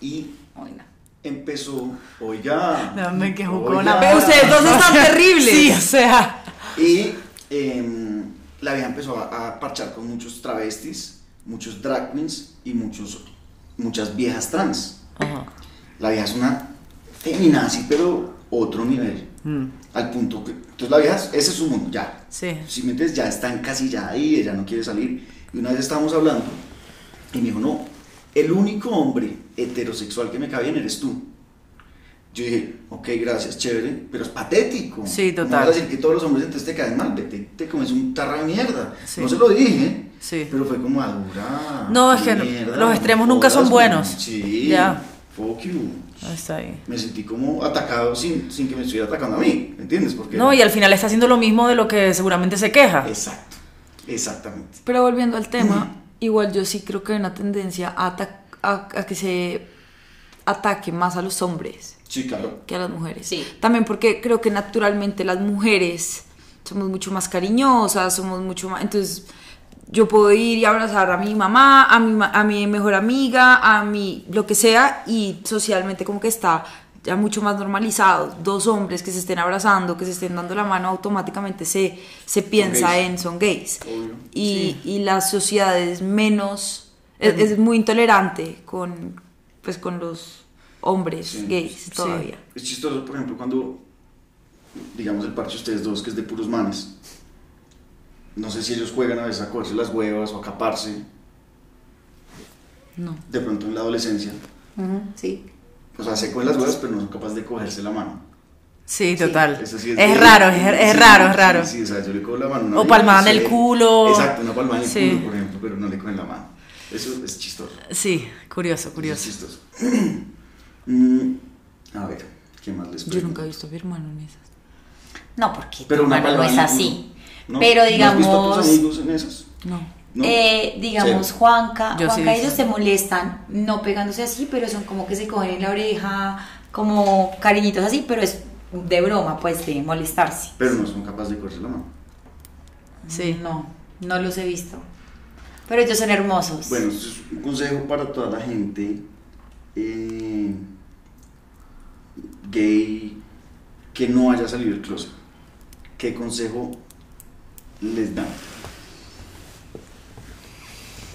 S4: Y
S6: Ay, no.
S4: empezó, oiga.
S7: No, me quejo
S4: oiga,
S7: con la- Ustedes dos están terribles. Sí, o sea.
S4: Y em, la vieja empezó a, a parchar con muchos travestis, muchos drag queens y muchos, muchas viejas trans. La vieja es una feminazi, pero otro nivel. Al punto que. Entonces la vieja, ese es su mundo, ya.
S7: Sí.
S4: Si me entiendes, ya está encasillada ahí, ella no quiere salir. Y una vez estábamos hablando y me dijo, no, el único hombre heterosexual que me cae bien eres tú. Yo dije, ok, gracias, chévere, pero es patético.
S7: Sí,
S4: No
S7: total.
S4: vas a decir que todos los hombres entonces te caen mal, vete, te comes un tarra de mierda.
S7: Sí.
S4: No se lo dije,
S7: Sí.
S4: pero fue como "Ah, adura.
S7: No, es que los extremos nunca son buenos.
S4: Sí,
S7: Ya.
S4: fuck you.
S7: Está ahí.
S4: Me sentí como atacado sin, sin que me estuviera atacando a mí, ¿me entiendes? Porque
S7: No, y al final está haciendo lo mismo de lo que seguramente se queja.
S4: Exacto. Exactamente.
S5: Pero volviendo al tema, igual yo sí creo que hay una tendencia a, ata- a- a que se ataque más a los hombres
S4: Sí, claro.
S5: que a las mujeres.
S7: Sí.
S5: También porque creo que naturalmente las mujeres somos mucho más cariñosas, somos mucho más... Entonces yo puedo ir y abrazar a mi mamá, a mi, ma- a mi mejor amiga, a mi lo que sea, y socialmente como que está ya mucho más normalizado. Dos hombres que se estén abrazando, que se estén dando la mano, automáticamente se, se piensa
S4: gays.
S5: en son gays.
S4: Obvio.
S5: Y, y la sociedad es menos,
S4: Em.
S5: es, es muy intolerante con, pues, con los hombres
S4: Sí.
S5: gays todavía.
S4: Es chistoso, por ejemplo, cuando, digamos, el parche de ustedes dos, que es de puros manes, no sé si ellos juegan a veces a cogerse las huevas o a caparse.
S5: No.
S4: De pronto en la adolescencia.
S6: Sí.
S4: O sea, se cogen las huevas, pero no son capaces de cogerse la mano.
S7: Sí, total.
S4: Eso
S7: es
S4: sí
S7: es raro, es, es
S4: Sí,
S7: raro,
S4: sí,
S7: es raro.
S4: Sí, o sea, yo le cojo la mano. a una
S7: O
S4: vieja,
S7: palmada
S4: no
S7: en
S4: sé.
S7: el culo.
S4: Exacto, una palmada en el
S7: Sí.
S4: culo, por ejemplo, pero no le cogen la mano. Eso es chistoso.
S7: Sí,
S4: Curioso.
S7: curioso, curioso.
S4: chistoso. Mm, a ver, ¿qué más les
S5: Yo
S4: pregunto?
S5: nunca he visto a mi hermano en esas.
S6: No, porque
S4: Pero
S6: tu
S4: una
S6: mano no
S4: palmada
S6: es
S4: en el
S6: pues así.
S4: culo, ¿no?
S6: Pero
S4: ¿No has visto a tus
S6: digamos,
S4: amigos en esas?
S5: No.
S4: ¿No?
S6: eh, digamos,
S4: Cero.
S6: Juanca,
S7: Yo sí
S6: Juanca
S7: vi.
S6: ellos se molestan, no pegándose así, pero son como que se cogen en la oreja, como cariñitos así, pero es de broma, pues, de molestarse.
S4: Pero no son capaces de cogerse la mano.
S7: Sí.
S6: No, no los he visto. Pero ellos son hermosos.
S4: Bueno, esto es un consejo para toda la gente eh, gay que no haya salido del closet. ¿Qué consejo les dan?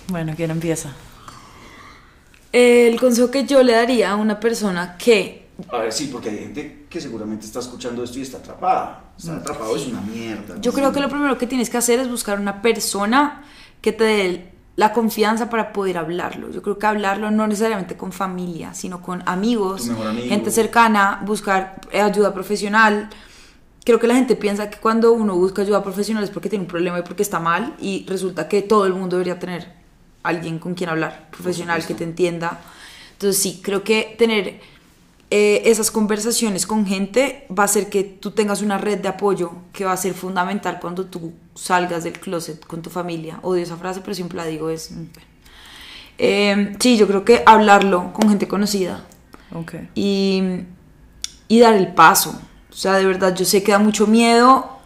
S7: Bueno, ¿quién empieza?
S5: El consejo que yo le daría a una persona que
S4: A ver, sí, porque hay gente que seguramente está escuchando esto y está atrapada.
S6: Mm.
S4: Está atrapado, es una mierda.
S5: yo creo que lo primero que tienes que hacer es buscar una persona que te dé la confianza para poder hablarlo. Yo creo que hablarlo no necesariamente con familia, sino con amigos,
S4: Tu mejor amigo.
S5: gente cercana, buscar eh, ayuda profesional. Creo que la gente piensa que cuando uno busca ayuda profesional es porque tiene un problema y porque está mal y resulta que todo el mundo debería tener alguien con quien hablar, profesional, que te entienda. Entonces sí, creo que tener eh, esas conversaciones con gente va a hacer que tú tengas una red de apoyo que va a ser fundamental cuando tú salgas del closet con tu familia. Odio esa frase, pero siempre la digo es... mm, bueno. Eh, sí, yo creo que hablarlo con gente conocida
S7: Ok.
S5: y, y dar el paso. O sea, de verdad, yo sé que da mucho miedo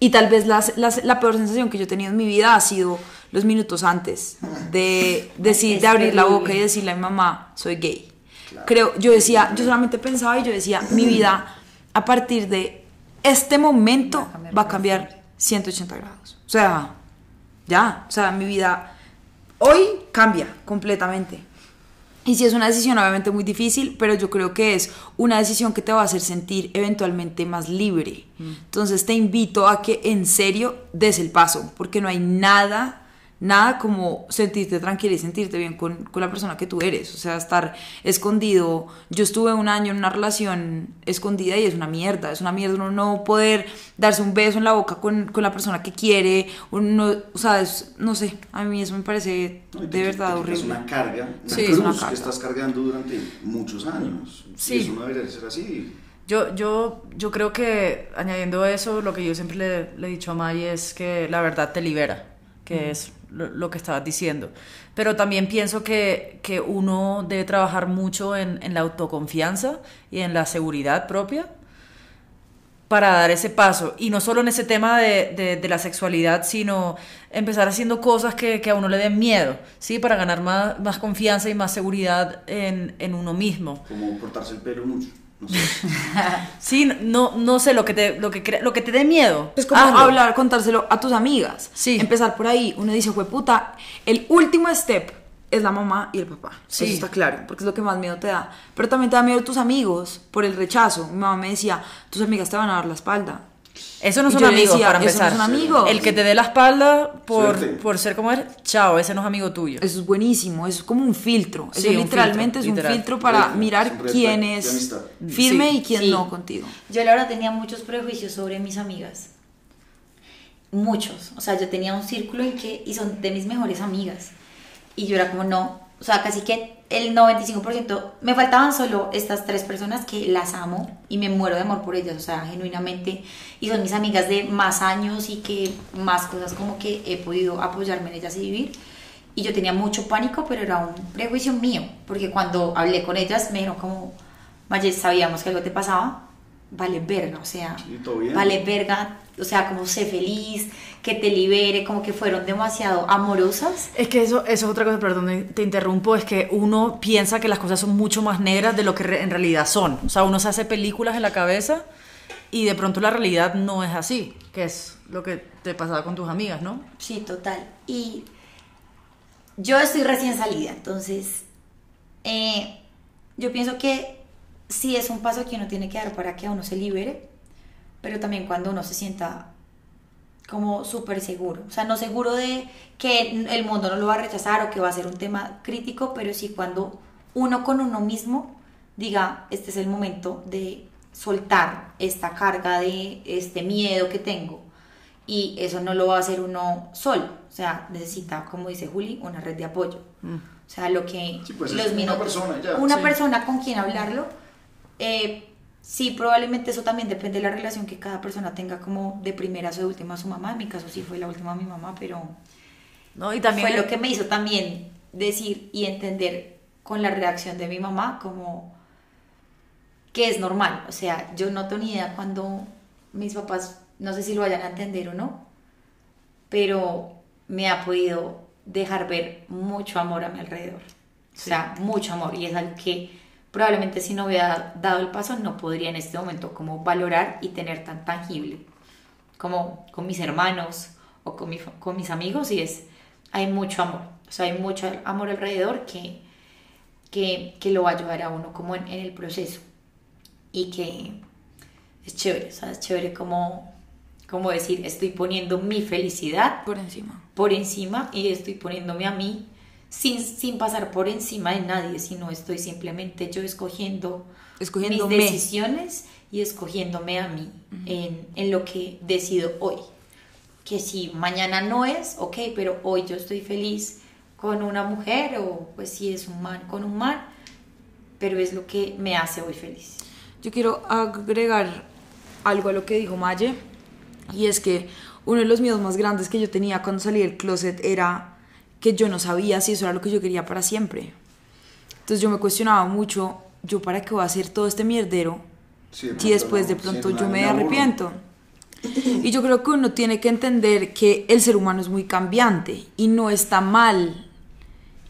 S5: y tal vez las- las- la peor sensación que yo he tenido en mi vida ha sido los minutos antes de, decir,
S6: Es
S5: de abrir la boca y
S6: terrible.
S5: decirle a mi mamá, soy gay. Creo, yo decía, yo solamente pensaba y yo decía, mi vida a partir de este momento va a cambiar 180 grados. O sea, ya, o sea, mi vida hoy cambia completamente. Y sí es una decisión obviamente muy difícil, pero yo creo que es una decisión que te va a hacer sentir eventualmente más libre.
S4: Mm.
S5: Entonces te invito a que en serio des el paso, porque no hay nada, nada como sentirte tranquila y sentirte bien con, con la persona que tú eres. O sea, estar escondido. Yo estuve un año en una relación escondida y es una mierda, es una mierda uno no poder darse un beso en la boca con, con la persona que quiere. Uno, o sea, es- no sé, a mí eso me parece
S4: No, y te-
S5: de verdad
S4: te quitas
S5: horrible.
S4: una carga, una
S5: Sí, es
S4: cruz
S5: una
S4: que
S5: carga.
S4: estás cargando durante muchos años.
S7: Sí.
S4: Y eso no debería ser así.
S7: Yo, yo, yo creo que añadiendo eso, lo que yo siempre le, le he dicho a May es que la verdad te libera, que es lo, lo que estabas diciendo. Pero también pienso que, que uno debe trabajar mucho en, en la autoconfianza y en la seguridad propia para dar ese paso. Y no solo en ese tema de, de- de la sexualidad, sino empezar haciendo cosas que, que a uno le den miedo, ¿sí? Para ganar más, más confianza y más seguridad en, en uno mismo.
S4: Como cortarse el pelo mucho. No sé.
S7: Sí, no, no sé, lo que te, lo que crea- lo que te dé miedo. Ah,
S5: Es como
S7: hazlo.
S5: Ah, hablar, contárselo a tus amigas.
S7: Pues Sí.
S5: Empezar por ahí. Uno dice, fue puta, el último step es la mamá y el papá.
S7: Sí.
S5: Eso está claro, porque es lo que más miedo te da. Pero también te da miedo tus amigos por el rechazo. Mi mamá me decía, tus amigas te van a dar la espalda.
S7: Eso no
S5: Y
S7: son
S5: yo
S7: amigos
S5: decía,
S7: para
S5: "Eso no
S7: empezar.
S5: son amigos".
S7: El que te dé la espalda por,
S4: Suerte.
S7: por ser como eres, chao, ese no es amigo tuyo.
S5: Eso es buenísimo, eso es como un filtro.
S7: Sí,
S5: eso
S7: un
S5: literalmente
S7: filtro,
S5: es
S7: literal.
S5: un filtro para
S4: Red- es
S5: mirar
S4: un red
S5: quién
S4: flag de
S5: es
S4: amistad.
S5: firme
S7: Sí.
S5: y quién
S6: Sí.
S5: no contigo.
S6: Yo la verdad tenía muchos prejuicios sobre mis amigas. Muchos. O sea, yo tenía un círculo en que, y son de mis mejores amigas. Y yo era como, no, O sea, casi que el 95%, me faltaban solo estas tres personas que las amo y me muero de amor por ellas, o sea, genuinamente, y son mis amigas de más años y que más cosas como que he podido apoyarme en ellas y vivir. Y yo tenía mucho pánico, pero era un prejuicio mío, porque cuando hablé con ellas me dijeron como, Maye, sabíamos que algo te pasaba, vale verga, o sea,
S4: Sí, todo bien.
S6: vale verga, o sea, como sé feliz, que te libere, como que fueron demasiado amorosas.
S7: Es que eso, eso es otra cosa, perdón, eh, te interrumpo, es que uno piensa que las cosas son mucho más negras de lo que re- en realidad son. O sea, uno se hace películas en la cabeza y de pronto la realidad no es así, que es lo que te pasaba con tus amigas, ¿no?
S6: Sí, total. Y yo estoy recién salida, entonces eh, yo pienso que sí es un paso que uno tiene que dar para que uno se libere, pero también cuando uno se sienta como súper seguro. O sea, no seguro de que el mundo no lo va a rechazar o que va a ser un tema crítico, pero sí cuando uno con uno mismo diga, este es el momento de soltar esta carga de este miedo que tengo. Y eso no lo va a hacer uno solo. O sea, necesita, como dice Juli, una red de apoyo. O sea, lo que...
S4: Sí, pues, es una persona y ya,
S6: Una
S4: sí.
S6: persona con quien hablarlo. Eh, sí, probablemente eso también depende de la relación que cada persona tenga como de primeras o de última su mamá. En mi caso sí fue la última mi mamá, pero
S7: ¿No? Y también...
S6: fue lo que me hizo también decir y entender con la reacción de mi mamá como que es normal. O sea, yo no tengo ni idea cuando mis papás, no sé si lo vayan a entender o no, pero me ha podido dejar ver mucho amor a mi alrededor. O sea, mucho amor. Y es algo que probablemente si no hubiera dado el paso no podría en este momento como valorar y tener tan tangible como con mis hermanos o con, mi fa- con mis amigos y es, hay mucho amor, o sea, hay mucho amor alrededor que, que, que lo va a ayudar a uno como en, en el proceso y que es chévere, o sea, es chévere como, como decir, estoy poniendo mi felicidad
S5: Por encima.
S6: por encima y estoy poniéndome a mí sin, sin pasar por encima de nadie, sino estoy simplemente yo escogiendo
S5: Escogiéndome.
S6: mis decisiones y escogiéndome a mí en, en lo que decido hoy. Que si mañana no es, ok, pero hoy yo estoy feliz con una mujer o pues si es un man, con un man, pero es lo que me hace hoy feliz.
S5: Yo quiero agregar algo a lo que dijo Maye, y es que uno de los miedos más grandes que yo tenía cuando salí del closet era que yo no sabía si eso era lo que yo quería para siempre. Entonces yo me cuestionaba mucho, ¿yo para qué voy a hacer todo este mierdero
S4: Sí, de
S5: si
S4: pronto
S5: después
S4: no,
S5: de
S4: sí,
S5: pronto
S4: no,
S5: yo me
S4: no, uno.
S5: arrepiento? Y yo creo que uno tiene que entender que el ser humano es muy cambiante y no está mal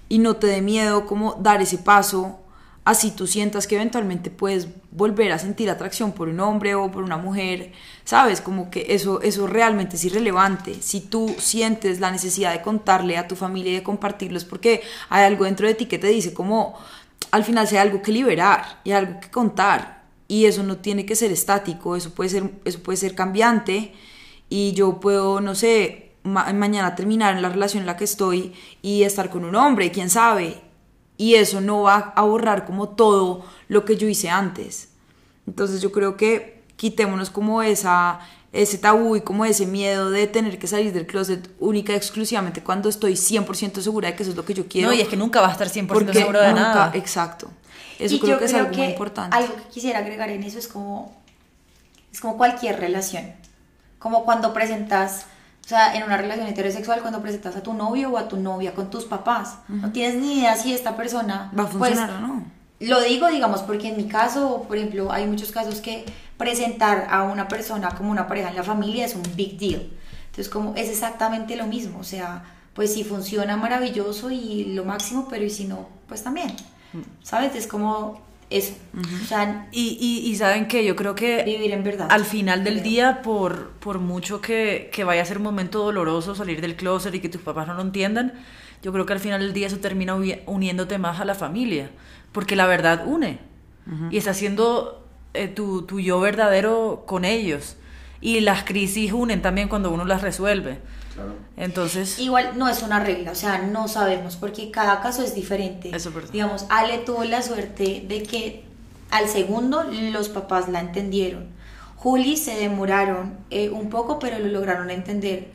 S5: y no te dé miedo como dar ese paso, así tú sientas que eventualmente puedes volver a sentir atracción por un hombre o por una mujer, ¿sabes? Como que eso, eso realmente es irrelevante. Si tú sientes la necesidad de contarle a tu familia y de compartirlos, porque hay algo dentro de ti que te dice como al final sea algo que liberar y algo que contar. Y eso no tiene que ser estático, eso puede ser, eso puede ser cambiante y yo puedo, no sé, ma- mañana terminar en la relación en la que estoy y estar con un hombre, quién sabe. Y eso no va a borrar como todo lo que yo hice antes. Entonces yo creo que quitémonos como esa, ese tabú y como ese miedo de tener que salir del closet única y exclusivamente cuando estoy 100% segura de que eso es lo que yo quiero.
S7: No, y es que nunca vas a estar 100%
S5: porque
S7: seguro de
S5: nunca-
S7: nada.
S5: Exacto. Eso
S6: Y
S5: creo
S6: yo
S5: que es
S6: creo
S5: algo muy importante.
S6: Algo que quisiera agregar en eso es como, es como cualquier relación. Como cuando presentas, o sea, en una relación heterosexual, cuando presentas a tu novio o a tu novia con tus papás, no tienes ni idea si esta persona
S5: Va a
S6: pues,
S5: funcionar o no.
S6: Lo digo, digamos, porque en mi caso, por ejemplo, hay muchos casos que presentar a una persona como una pareja en la familia es un big deal. Entonces, como es exactamente lo mismo, o sea, pues si funciona maravilloso y lo máximo, pero y si no, pues también.
S7: Mm.
S6: ¿Sabes? Es como eso. O sea,
S7: Y, y, y saben que yo creo que
S6: Vivir en verdad,
S7: al final del
S6: creo.
S7: día, por, por mucho que, que vaya a ser un momento doloroso salir del closet y que tus papás no lo entiendan, yo creo que al final del día eso termina uni- uniéndote más a la familia, porque la verdad une y está siendo eh, tu, tu yo verdadero con ellos. Y las crisis unen también cuando uno las resuelve.
S4: Claro.
S7: Entonces,
S6: igual no es una regla, o sea, no sabemos, porque cada caso es diferente.
S7: Eso es verdad.
S6: Digamos, Ale tuvo la suerte de que al segundo los papás la entendieron. Juli se demoraron eh, un poco, pero lo lograron entender.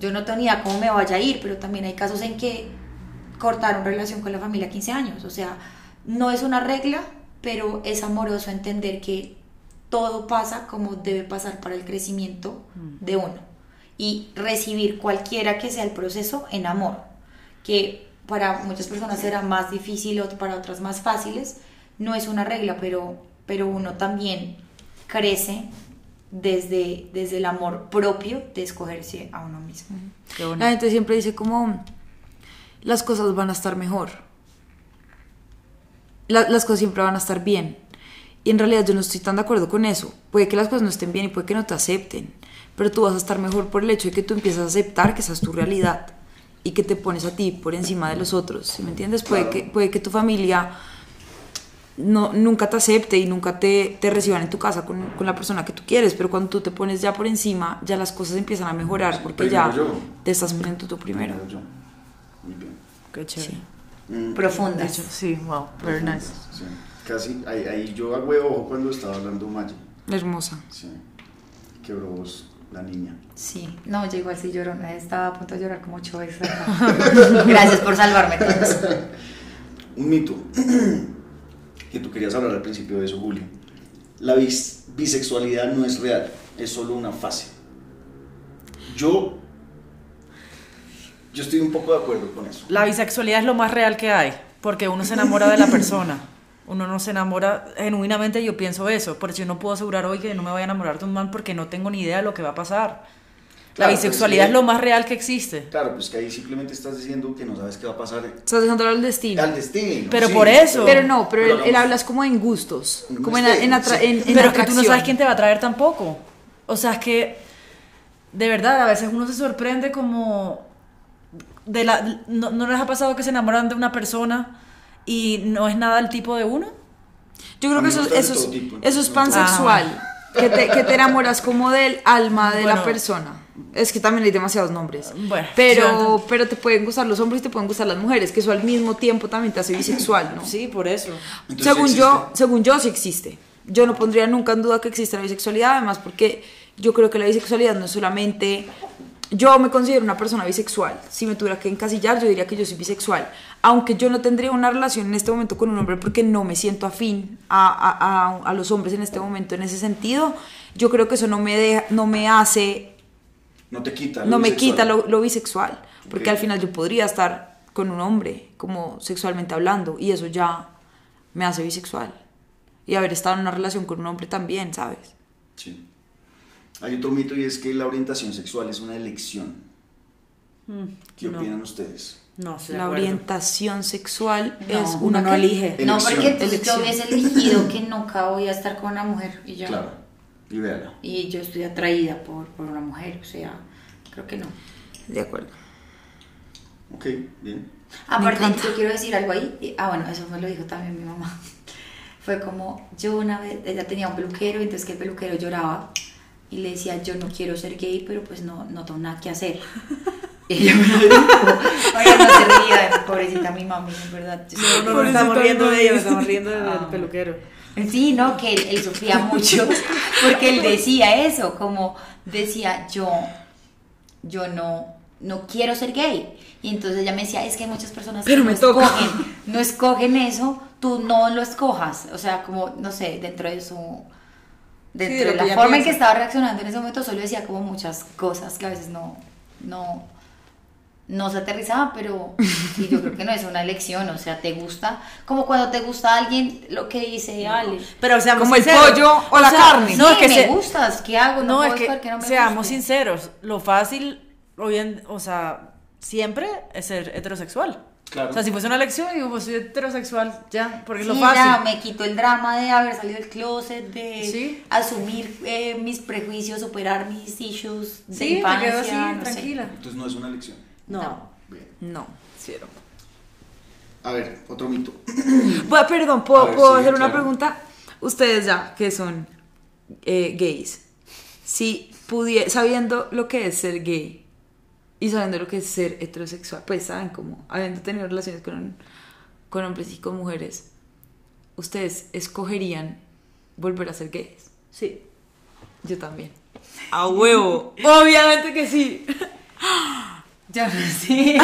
S6: Yo no tenía cómo me vaya a ir, pero también hay casos en que cortaron relación con la familia a 15 años. O sea, no es una regla, pero es amoroso entender que todo pasa como debe pasar para el crecimiento
S7: Mm.
S6: de uno. Y recibir cualquiera que sea el proceso en amor, que para muchas personas será más difícil o para otras más fáciles. No es una regla, pero, pero uno también crece desde, desde el amor propio de escogerse a uno mismo.
S5: La
S7: Ah,
S5: gente siempre dice como las cosas van a estar mejor. La- las cosas siempre van a estar bien. Y en realidad yo no estoy tan de acuerdo con eso. Puede que las cosas no estén bien y puede que no te acepten. Pero tú vas a estar mejor por el hecho de que tú empiezas a aceptar que esa es tu realidad y que te pones a ti por encima de los otros. ¿sí ¿Me entiendes? Puede, que, puede que tu familia no, nunca te acepte y nunca te, te reciban en tu casa con, con la persona que tú quieres, pero cuando tú te pones ya por encima, ya las cosas empiezan a mejorar porque ya
S4: Primero yo.
S5: te estás poniendo tú primero. Mm.
S4: Yo. Muy bien. Pues,
S7: Qué chévere.
S6: Profunda.
S7: De hecho, sí, wow, very
S5: Pues,
S7: nice.
S4: Sí. Casi, ahí, ahí yo hago de ojo cuando estaba hablando Maya.
S5: Hermosa.
S4: Sí. Quebró voz la niña.
S6: Sí, no, yo igual sí llorona, estaba a punto de llorar como ocho veces. Gracias por salvarme todos.
S4: Un mito que tú querías hablar al principio de eso, Julia. La bis- bisexualidad no es real, es solo una fase. Yo, yo estoy un poco de acuerdo con eso.
S7: La bisexualidad es lo más real que hay, porque uno se enamora de la persona. Uno no se enamora, genuinamente yo pienso eso, por eso yo no puedo asegurar hoy que no me voy a enamorar de un man porque no tengo ni idea de lo que va a pasar.
S4: Claro,
S7: la bisexualidad
S4: pues,
S7: es lo más real que existe.
S4: Claro, pues que ahí simplemente estás diciendo que no sabes qué va a pasar
S5: Estás dejando al destino.
S4: al destino.
S7: Pero por eso.
S5: Pero no, pero, él, él
S4: hagamos-
S5: habla es como en gustos,
S4: En
S5: como en,
S4: gustos,
S5: en, atra-
S4: sí.
S5: en- en
S7: Pero es que tú no
S5: atracción.
S7: sabes quién te va a traer tampoco. O sea, es que de verdad a veces uno se sorprende como de la no, no les ha pasado que se enamoran de una persona y no es nada el tipo de uno?
S5: Yo creo
S4: A
S5: que
S4: mí
S5: eso,
S4: me gusta de
S5: eso es,
S4: todo tipo,
S5: eso es
S4: entonces,
S5: pansexual, que, te, que te enamoras como del alma de la
S7: Ah. Bueno.
S5: persona. Es que también hay demasiados nombres.
S7: Bueno,
S5: pero,
S7: yo-
S5: pero te pueden gustar los hombres y te pueden gustar las mujeres, que eso al mismo tiempo también te hace bisexual, ¿no?
S7: Sí, por eso.
S4: Entonces,
S5: según
S4: ¿existe?
S5: yo, según yo sí existe. Yo no pondría nunca en duda que existe la bisexualidad, además porque yo creo que la bisexualidad no es solamente yo me considero una persona bisexual. Si me tuviera que encasillar, yo diría que yo soy bisexual. Aunque yo no tendría una relación en este momento con un hombre porque no me siento afín a, a- a- a los hombres en este momento en ese sentido, yo creo que eso no me, deja- no me hace
S4: No te quita. lo
S5: no me
S4: bisexual.
S5: quita lo, lo bisexual, porque
S4: Ok.
S5: al final yo podría estar con un hombre, como sexualmente hablando, y eso ya me hace bisexual. Y haber estado en una relación con un hombre también, ¿sabes?
S4: Sí. Hay otro mito y es que la orientación sexual es una elección.
S5: Mm,
S4: ¿Qué opinan ustedes?
S7: No, estoy de
S5: La
S7: acuerdo.
S5: orientación sexual
S6: No,
S5: es
S6: uno
S5: una
S8: no
S5: que-
S8: elige.
S6: No,
S4: Elección.
S6: porque entonces
S5: Elección.
S6: yo hubiese elegido que nunca voy a estar con una mujer y ya.
S4: Claro. Y véala.
S6: Y yo estoy atraída por, por una mujer, o sea, creo que no.
S5: De acuerdo.
S4: Ok, bien.
S6: Aparte,
S5: encanta.
S6: yo quiero decir algo ahí. y- Ah, bueno, eso me lo dijo también mi mamá. Fue como, yo una vez, ella tenía un peluquero, entonces que el peluquero lloraba y le decía, yo no quiero ser gay, pero pues no, no tengo nada que hacer. Y ella me lo dijo, oiga, no se ría, pobrecita mi mami, en verdad. yo
S7: No,
S6: sé
S7: no,
S6: que-
S7: no, estamos riendo de ella, nos estamos riendo del
S6: Ah.
S7: peluquero.
S6: Sí, no, que él, él sufría mucho porque él decía eso, como decía yo, yo no, no quiero ser gay. Y entonces ella me decía, es que hay muchas personas
S5: Pero
S6: que
S5: me
S6: no,
S5: toca.
S6: escogen, no escogen eso, tú no lo escojas. O sea, como, no sé, dentro de su... Dentro
S5: de lo que
S6: de, la
S5: ella
S6: forma en
S5: piensa.
S6: que estaba reaccionando en ese momento, solo decía como muchas cosas que a veces no, no, no se aterrizaba, pero sí, yo creo que no es una elección, o sea, te gusta, como cuando te gusta alguien, lo que dice Ale.
S7: Pero seamos
S5: Como el
S7: sinceros.
S5: pollo o la carne.
S6: No,
S7: No, es que
S6: me
S7: se-
S6: gustas, ¿qué hago?
S7: No,
S6: No,
S7: es
S6: puedo
S7: que,
S6: estar que no me
S7: seamos
S6: guste.
S7: sinceros, lo fácil hoy en, o sea, siempre es ser heterosexual.
S4: Claro.
S7: O sea, si fuese una elección, digo, pues soy heterosexual, ya, porque es
S6: Sí,
S7: lo fácil.
S6: ya, me quito el drama de haber salido del closet, de
S7: Sí.
S6: asumir eh, mis prejuicios, superar mis issues de
S7: Sí, me
S6: infancia,
S7: quedo así,
S6: no sé.
S7: tranquila.
S4: Entonces no es una elección.
S7: No.
S4: Bien.
S5: No.
S4: A ver, otro mito.
S5: Bueno, perdón, ¿puedo,
S4: A ver,
S5: puedo
S4: sí,
S5: hacer una
S4: claro.
S5: pregunta? Ustedes ya, que son eh, gays, si pudie- sabiendo lo que es ser gay y sabiendo lo que es ser heterosexual, pues saben cómo, habiendo tenido relaciones con, con hombres y con mujeres, ¿ustedes escogerían volver a ser gays?
S8: Sí.
S5: Yo también. ¡A huevo! Obviamente que sí.
S6: Yo no sé.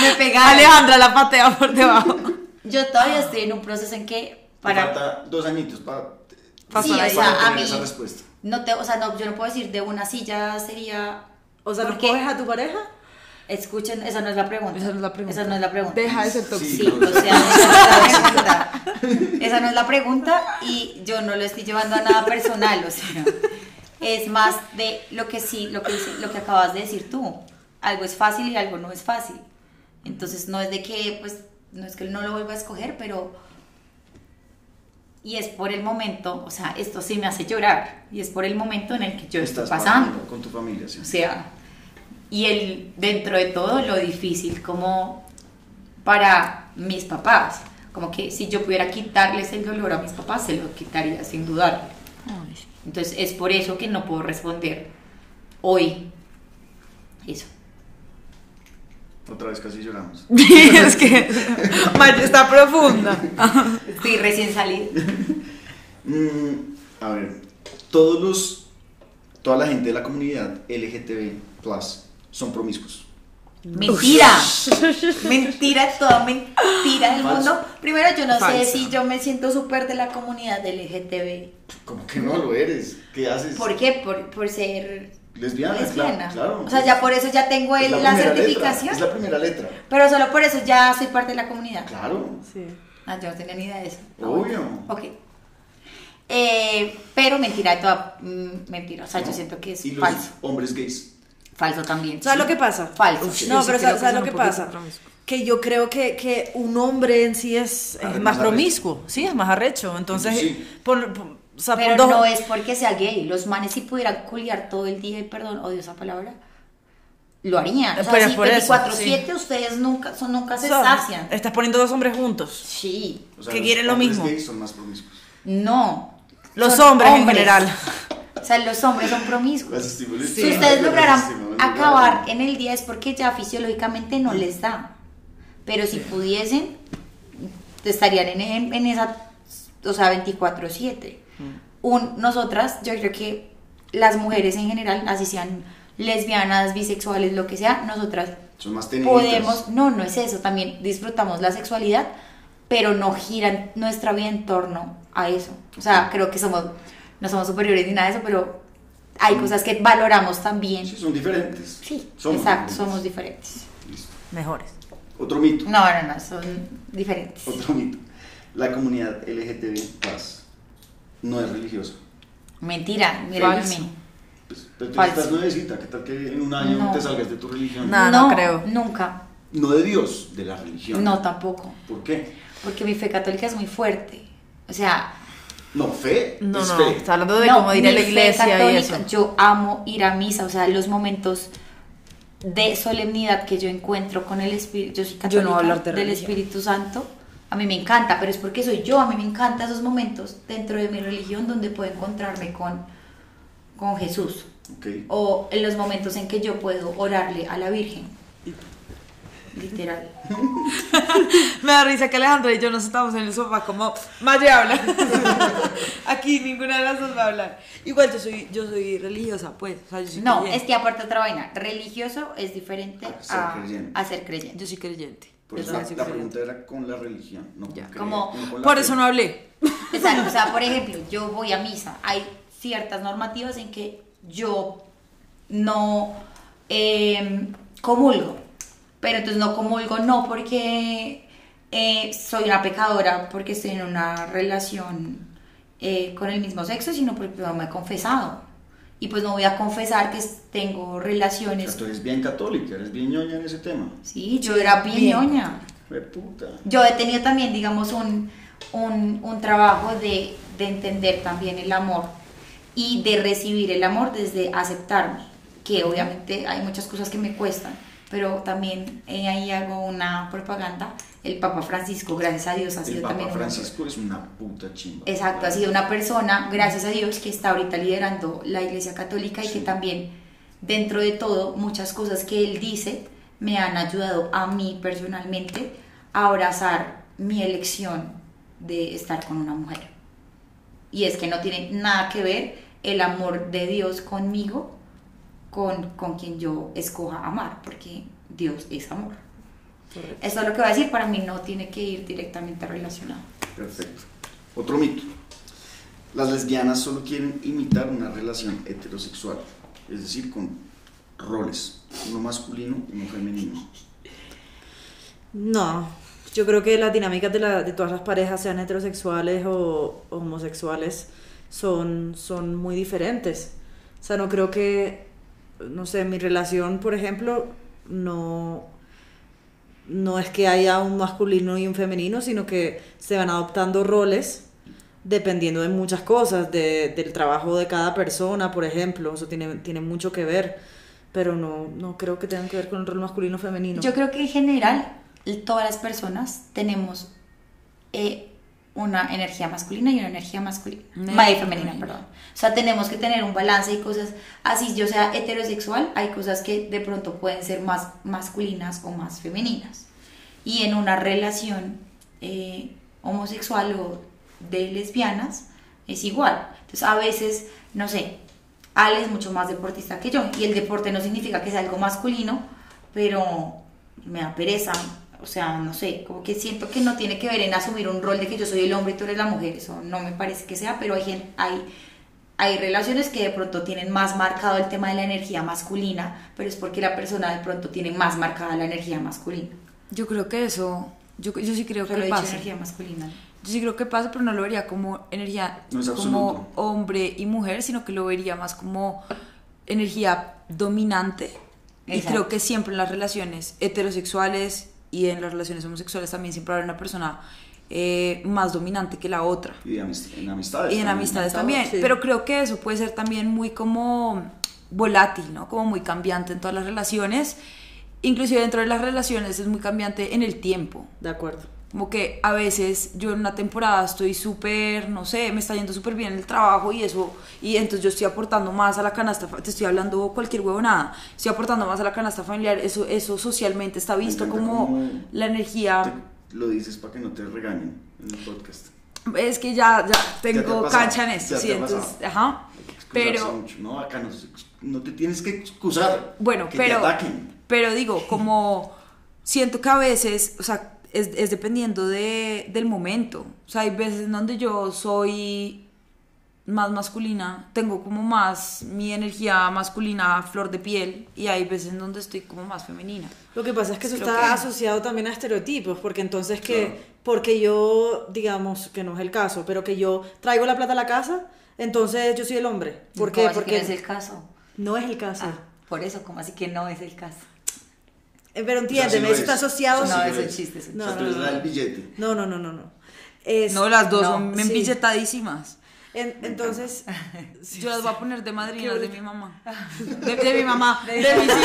S6: Me pegaron.
S7: Alejandra la patea por debajo.
S6: Yo todavía estoy en un proceso en que
S4: Para...
S6: para
S4: Falta dos añitos para...
S6: sí, o
S4: ahí.
S6: sea, a
S4: Para
S6: mí
S4: tener esa respuesta.
S6: no te, o sea, no, yo no puedo decir de una silla sería
S8: O sea, ¿lo
S6: Porque-
S8: coges a tu pareja?
S6: Escuchen, esa no es la pregunta.
S5: Esa no es la pregunta.
S6: Esa no es la pregunta.
S5: Deja de ser
S6: Ah, Sí,
S5: tóxico.
S6: o sea, esa no es la pregunta. Esa no es la pregunta y yo no lo estoy llevando a nada personal, o sea, es más de lo que sí, lo que dice- lo que acabas de decir tú. Algo es fácil y algo no es fácil. Entonces no es de que, pues, no es que no lo vuelva a escoger, pero y es por el momento, o sea, esto sí me hace llorar y es por el momento en el que yo estoy pasando.
S4: Con tu familia, sí.
S6: O sea, y el, dentro de todo lo difícil como para mis papás, como que si yo pudiera quitarles el dolor a mis papás, se lo quitaría sin dudar. Entonces es por eso que no puedo responder hoy. Eso.
S4: Otra vez casi lloramos.
S5: es que Maya está profunda.
S6: Estoy recién salida.
S4: Mm, a ver, todos los, toda la gente de la comunidad LGTB son promiscuos.
S6: Mentira. mentira, toda mentira del
S4: Falso.
S6: mundo. Primero, yo no sé
S5: Falsa.
S6: si yo me siento súper de la comunidad LGTB.
S4: ¿Cómo que no lo eres? ¿Qué haces?
S6: ¿Por qué? Por, por ser
S4: Lesbiana,
S6: lesbiana.
S4: claro, claro.
S6: O sea, ya por eso ya tengo
S4: Es
S6: el- la,
S4: primera
S6: certificación.
S4: letra, es la primera letra.
S6: Pero solo por eso ya soy parte de la comunidad.
S4: Claro,
S8: Sí.
S6: Ah, yo no tenía ni idea de eso. Ah,
S4: Obvio.
S6: bueno. Ok. Eh, pero mentira, toda mm, mentira. O sea, yo siento que es
S4: y los
S6: falso.
S4: hombres gays.
S6: Falso también.
S8: ¿Sabes lo que pasa?
S6: Falso.
S8: Uf,
S6: Sí.
S8: no,
S5: Yo sí
S8: pero
S5: creo
S8: ¿sabes, sabes
S5: que son
S8: lo que
S5: un poquito
S8: pasa?
S5: promiscuos.
S8: Que yo creo que, que un hombre en sí es, es
S4: Arre-
S8: más
S4: más arrecho.
S8: promiscuo, sí, es más arrecho. Entonces,
S4: Sí.
S8: por, por- o sea, por
S6: Pero
S8: dos-
S6: no es porque sea gay. Los manes si pudieran culiar todo el día, y perdón, odio esa palabra, lo harían. O sea,
S7: Pero
S6: sí,
S7: por eso,
S6: 24-7 ustedes nunca, son, nunca se
S8: son-
S6: sacian.
S7: Estás poniendo dos hombres juntos.
S6: Sí.
S4: O sea,
S7: Que
S4: los
S7: quieren lo
S4: hombres
S7: mismo.
S4: gays son más promiscuos.
S6: No.
S7: Los
S6: Son
S7: hombres en general.
S6: O sea, los hombres son promiscuos.
S4: Las estimulé.
S6: Si ustedes lograran acabar en el día es porque ya fisiológicamente no les da. Pero si pudiesen, estarían en, en- en esa, o sea, 24/7.
S7: Mm.
S6: Un, nosotras, yo creo que las mujeres en general, así sean lesbianas, bisexuales, lo que sea, nosotras
S4: Son más tenidas.
S6: podemos, no, no es eso, también disfrutamos la sexualidad, pero no giran nuestra vida en torno a eso. O sea, creo que somos, no somos superiores ni nada de eso, pero hay cosas que valoramos también.
S4: Sí, son diferentes.
S6: Sí,
S4: Somos
S6: exacto,
S4: diferentes.
S6: somos diferentes.
S4: Listo.
S7: Mejores.
S4: Otro mito.
S6: No, no, no, son diferentes.
S4: Otro mito. La comunidad LGTB no es religiosa.
S6: Mentira, mírenme.
S4: Pues, pero tú
S6: Falso.
S4: estás nuevecita, ¿qué tal que en un año
S6: No.
S4: te salgas de tu religión?
S7: No, no creo.
S6: Nunca.
S4: No de Dios, de la religión.
S6: No, tampoco.
S4: ¿Por qué?
S6: Porque mi fe católica es muy fuerte. O sea,
S4: No, fe
S7: No,
S4: es
S7: no,
S4: fe.
S7: está hablando de
S6: No,
S7: cómo ir a
S6: mi
S7: la
S6: fe
S7: iglesia y eso.
S6: católica, Yo amo ir a misa, o sea, los momentos de solemnidad que yo encuentro con el Espíritu, yo soy católica,
S8: Yo no voy a hablar de
S6: del
S8: religión.
S6: Espíritu Santo, a mí me encanta, pero es porque soy yo, a mí me encantan esos momentos dentro de mi religión donde puedo encontrarme con, con Jesús,
S4: Ok.
S6: o en los momentos en que yo puedo orarle a la Virgen, literal.
S5: Me da risa que Alejandra y yo nos estamos en el sofá como Maya habla. Aquí ninguna de las dos va a hablar. Igual yo soy, yo soy religiosa, pues. o sea, yo soy
S6: No,
S5: creyente.
S6: es que aparte otra vaina, religioso es diferente
S4: A ser
S6: a,
S4: creyente.
S6: a ser creyente.
S5: Yo soy creyente.
S4: Por eso
S5: Yo
S4: la,
S5: soy
S4: la
S5: creyente.
S4: pregunta era con la religión, no
S5: Ya.
S4: con creer,
S6: Como-
S4: no con la
S5: Por
S4: fe.
S5: eso no hablé.
S6: Exacto, o sea, por ejemplo, yo voy a misa, hay ciertas normativas en que yo no eh, comulgo, pero entonces no comulgo no porque eh, soy una pecadora, porque estoy en una relación eh, con el mismo sexo, sino porque no me he confesado. Y pues no voy a confesar que s- tengo
S4: O sea,
S6: relaciones.
S4: tú eres bien católica, eres bien ñoña en ese tema.
S6: Sí, yo era bien,
S5: Bien.
S6: ñoña.
S4: Fue puta.
S6: Yo he tenido también, digamos, un, un, un trabajo de, de entender también el amor y de recibir el amor desde aceptarme, que obviamente hay muchas cosas que me cuestan, pero también eh, ahí hago una propaganda. El Papa Francisco, gracias a Dios, ha
S4: El
S6: sido
S4: Papa
S6: también una-
S4: Francisco es una puta chimba.
S6: Exacto, ha sido una persona, gracias a Dios, que está ahorita liderando la Iglesia Católica y que también, dentro de todo, muchas cosas que él dice me han ayudado a mí personalmente a abrazar mi elección de estar con una mujer. Y es que no tiene nada que ver el amor de Dios conmigo, con, con quien yo escoja amar, porque Dios es amor. Eso es lo que voy a decir, para mí no tiene que ir directamente relacionado.
S4: Perfecto. Otro mito. Las lesbianas solo quieren imitar una relación heterosexual, es decir, con roles, uno masculino y uno femenino.
S7: No, yo creo que las dinámicas de, la- de todas las parejas, sean heterosexuales o homosexuales, son, son muy diferentes. O sea, no creo que, no sé, mi relación, por ejemplo, no, no es que haya un masculino y un femenino, sino que se van adoptando roles dependiendo de muchas cosas, de- del trabajo de cada persona, por ejemplo. Eso tiene, tiene mucho que ver, pero no, no creo que tengan que ver con el rol masculino o femenino.
S6: Yo creo que en general l- todas las personas tenemos eh, una energía masculina y una energía masculina,
S5: Ne-
S6: ma- y femenina, perdón. O sea, tenemos que tener un balance y cosas, así yo sea heterosexual, hay cosas que de pronto pueden ser más masculinas o más femeninas. Y en una relación eh, homosexual o de lesbianas es igual. Entonces, a veces, no sé, Ale es mucho más deportista que yo. Y el deporte no significa que es algo masculino, pero me da pereza. O sea, no sé, como que siento que no tiene que ver en asumir un rol de que yo soy el hombre y tú eres la mujer. Eso no me parece que sea, pero hay, gen- hay, hay relaciones que de pronto tienen más marcado el tema de la energía masculina, pero es porque la persona de pronto tiene más marcada la energía masculina.
S5: Yo creo que eso, yo, yo sí creo
S6: Solo he
S5: que
S6: dicho
S5: pasa.
S6: energía masculina.
S5: Yo sí creo que pasa, pero no lo vería como energía
S4: No es absoluto.
S5: como hombre y mujer, sino que lo vería más como energía dominante. Y
S6: Exacto.
S5: creo que siempre en las relaciones heterosexuales y en las relaciones homosexuales también siempre habrá una persona eh, más dominante que la otra.
S4: Y de amist- en amistades.
S5: Y en
S4: también.
S5: amistades también.
S7: sí.
S5: Pero creo que eso puede ser también muy como volátil, ¿no? Como muy cambiante en todas las relaciones. Inclusive dentro de las relaciones es muy cambiante en el tiempo.
S7: De acuerdo.
S5: Como que a veces yo en una temporada estoy súper, no sé, me está yendo súper bien el trabajo y eso, y entonces yo estoy aportando más a la canasta, fa- te estoy hablando cualquier huevonada, estoy aportando más a la canasta familiar, eso, eso socialmente está
S4: Me
S5: visto
S4: encanta
S5: como
S4: cómo
S5: la energía.
S4: Te- lo dices para que no te regañen en el podcast.
S5: Es que ya, ya
S4: Ya te ha
S5: tengo
S4: pasado,
S5: cancha en esto,
S4: ya
S5: sí,
S4: te ha pasado.
S5: entonces, ajá.
S4: Hay que excusarse
S5: Pero,
S4: mucho. No, acá no, se ex- no te tienes que excusar.
S5: bueno,
S4: que
S5: pero,
S4: Te ataquen.
S5: pero digo, como siento que a veces, o sea, es, es dependiendo de, del momento. O sea, hay veces en donde yo soy más masculina, tengo como más mi energía masculina a flor de piel y hay veces en donde estoy como más femenina.
S7: Lo que pasa es que eso
S5: Creo
S7: está
S5: que-
S7: asociado también a estereotipos, porque entonces que,
S4: Claro.
S7: porque yo, digamos, que no es el caso, pero que yo traigo la plata a la casa, entonces yo soy el hombre. ¿Por
S6: ¿Cómo
S7: qué?
S6: así que
S7: Porque
S6: no es el caso.
S7: no es el caso.
S6: Ah, por eso, como así que no es el caso.
S7: Eh,
S4: O sea,
S7: Pero
S4: sí
S7: entiéndeme,
S4: lo
S7: eso está
S4: es.
S7: asociado...
S4: O sea, sí
S6: No,
S4: lo
S6: es un chiste, es un
S4: O sea, tú
S7: chiste.
S4: eres la
S7: No, no,
S4: del
S7: no.
S4: billete.
S7: No, no, no, no, no. Es-
S5: No, las dos
S7: no,
S5: son
S7: sí.
S5: empilletadísimas.
S7: En- entonces,
S5: Yo las voy a poner de madrinas de mi mamá. De, de mi mamá, de mis hijos.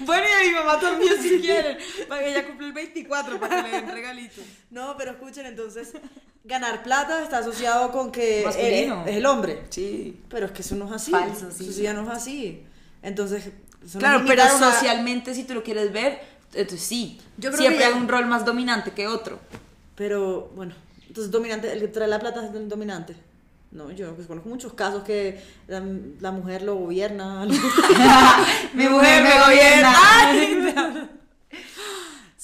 S5: Bueno, y de mi mamá también si quieren. Para que ella cumple el 24, para que le den regalitos.
S7: no, pero escuchen, entonces, ganar plata está asociado con que
S5: Masculino.
S7: eres- es el hombre.
S5: Sí.
S7: Pero es que eso no es así.
S6: Falso, sí.
S7: Eso ya no es así. Entonces, eso no
S5: Claro,
S7: es
S5: pero
S7: imitar una-
S5: socialmente, si tú lo quieres ver, entonces sí.
S7: Yo creo
S5: Siempre
S7: que ya-
S5: hay un rol más dominante que otro.
S7: Pero bueno, entonces dominante, el que trae la plata es el dominante. No, yo pues, conozco muchos casos que la, la mujer lo gobierna. lo-
S5: Mi mujer me gobierna.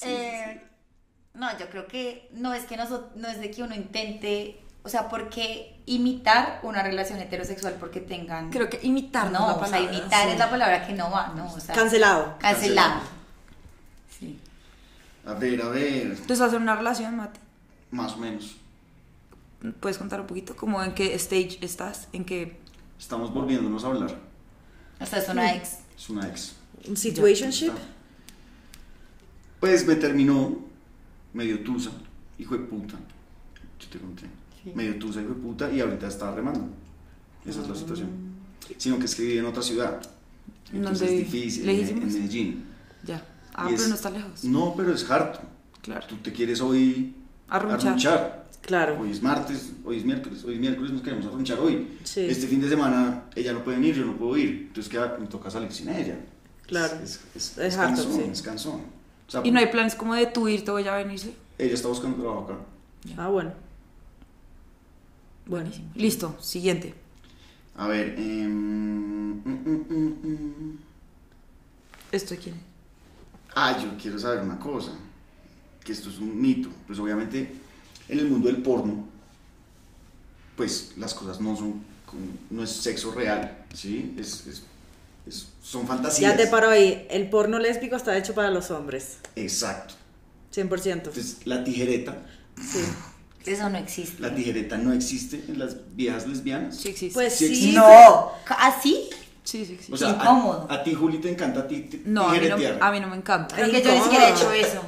S6: Eh, No, yo creo que no es que noso- no es de que uno intente, o sea, porque imitar una relación heterosexual porque tengan.
S5: Creo que imitar
S6: no,
S5: la
S6: o sea,
S5: palabra,
S6: imitar
S5: sí.
S6: es la palabra que no va, no, o sea,
S7: Cancelado.
S6: cancelado. Sí.
S4: A ver, a ver.
S5: Entonces, hacer una relación, Mate.
S4: Más o menos.
S5: ¿Puedes contar un poquito? Como en qué stage estás, en qué
S4: Estamos volviéndonos a hablar.
S6: O sea, es una ex.
S4: Es una ex.
S7: Un situationship.
S4: Pues me terminó medio tusa, hijo de puta. Yo te conté. Medio tusa, hijo de puta, y ahorita está remando. Esa es la situación. Sino que es que vive en otra ciudad.
S5: Ah. ¿En
S4: Entonces
S5: dónde
S4: es
S5: vive?
S4: difícil. En,
S5: ¿Lejísimos?
S4: en Medellín.
S5: Ya. Ah,
S4: Y
S5: pero
S4: es-
S5: no está lejos.
S4: No, pero es harto.
S5: Claro.
S4: Tú te quieres hoy
S5: Arrunchar.
S4: arrunchar.
S7: Claro.
S4: Hoy es martes, hoy es miércoles, hoy es miércoles, nos queremos arrunchar hoy.
S7: Sí.
S4: Este fin de semana ella no puede venir, yo no puedo ir. Entonces queda, me toca salir sin ella.
S7: Claro.
S4: Es, es, es,
S7: Es
S4: es
S7: harto,
S4: cansón,
S7: sí.
S4: es cansón. O sea,
S5: Y no hay planes como de tú irte o ya venirse.
S4: Ella está buscando trabajo acá.
S7: Ah, bueno.
S5: Buenísimo. Listo, siguiente.
S4: A ver, em, mm, mm, mm, mm.
S5: ¿Esto quién?
S4: Ah, yo quiero saber una cosa, que esto es un mito. Pues obviamente en el mundo del porno, pues las cosas no son, con- no es sexo real, ¿sí? Es, es- es- son fantasías.
S9: Ya te paro ahí. El porno lésbico está hecho para los hombres.
S4: Exacto.
S9: 100%.
S4: Entonces la tijereta,
S9: Sí.
S6: Eso no existe.
S4: la tijereta no existe en las viejas lesbianas.
S5: Sí existe.
S9: Pues
S4: Sí
S9: sí.
S4: existe.
S6: No. ¿Ah, ¿Así?
S5: sí, sí existe.
S4: O sea,
S6: Incómodo.
S4: a, a ti Juli te encanta a ti ti-
S5: No, a mí no,
S4: tijeretear.
S5: a mí no me encanta.
S6: Creo que yo ni siquiera he hecho eso.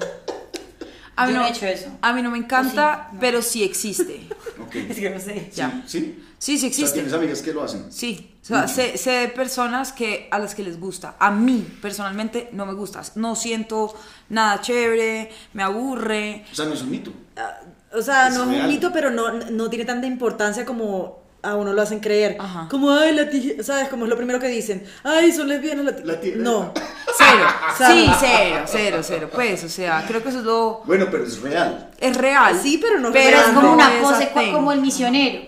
S5: A mí
S6: yo no he hecho eso.
S5: A mí no me encanta, pero sí existe.
S4: Ok.
S6: Es que no sé.
S5: ya.
S4: ¿Sí?
S5: Sí, sí
S4: O sea,
S5: existe.
S4: tienes amigas que lo hacen.
S5: Sí, o sea, sé, sé de personas que, a las que les gusta. A mí, personalmente, no me gusta. No siento nada chévere, me aburre.
S4: O sea, no es un mito.
S9: Ah, O sea,
S4: Es
S9: no es
S4: real.
S9: un mito, pero no, no tiene tanta importancia como a uno lo hacen creer.
S5: Ajá.
S9: Como, ay, la tijera, ¿sabes? Como es lo primero que dicen. Ay, son lesbianas la, ti-
S4: La tijera.
S9: No.
S5: Cero.
S9: Cero.
S5: Sí, cero, cero, cero. Pues, o sea, creo que eso es lo...
S4: Bueno, pero es real.
S5: Es real.
S9: Sí, pero no-
S6: Pero es
S9: Pero
S6: como
S5: no
S6: una
S5: es
S6: pose, co-
S5: acting.
S6: como el misionero.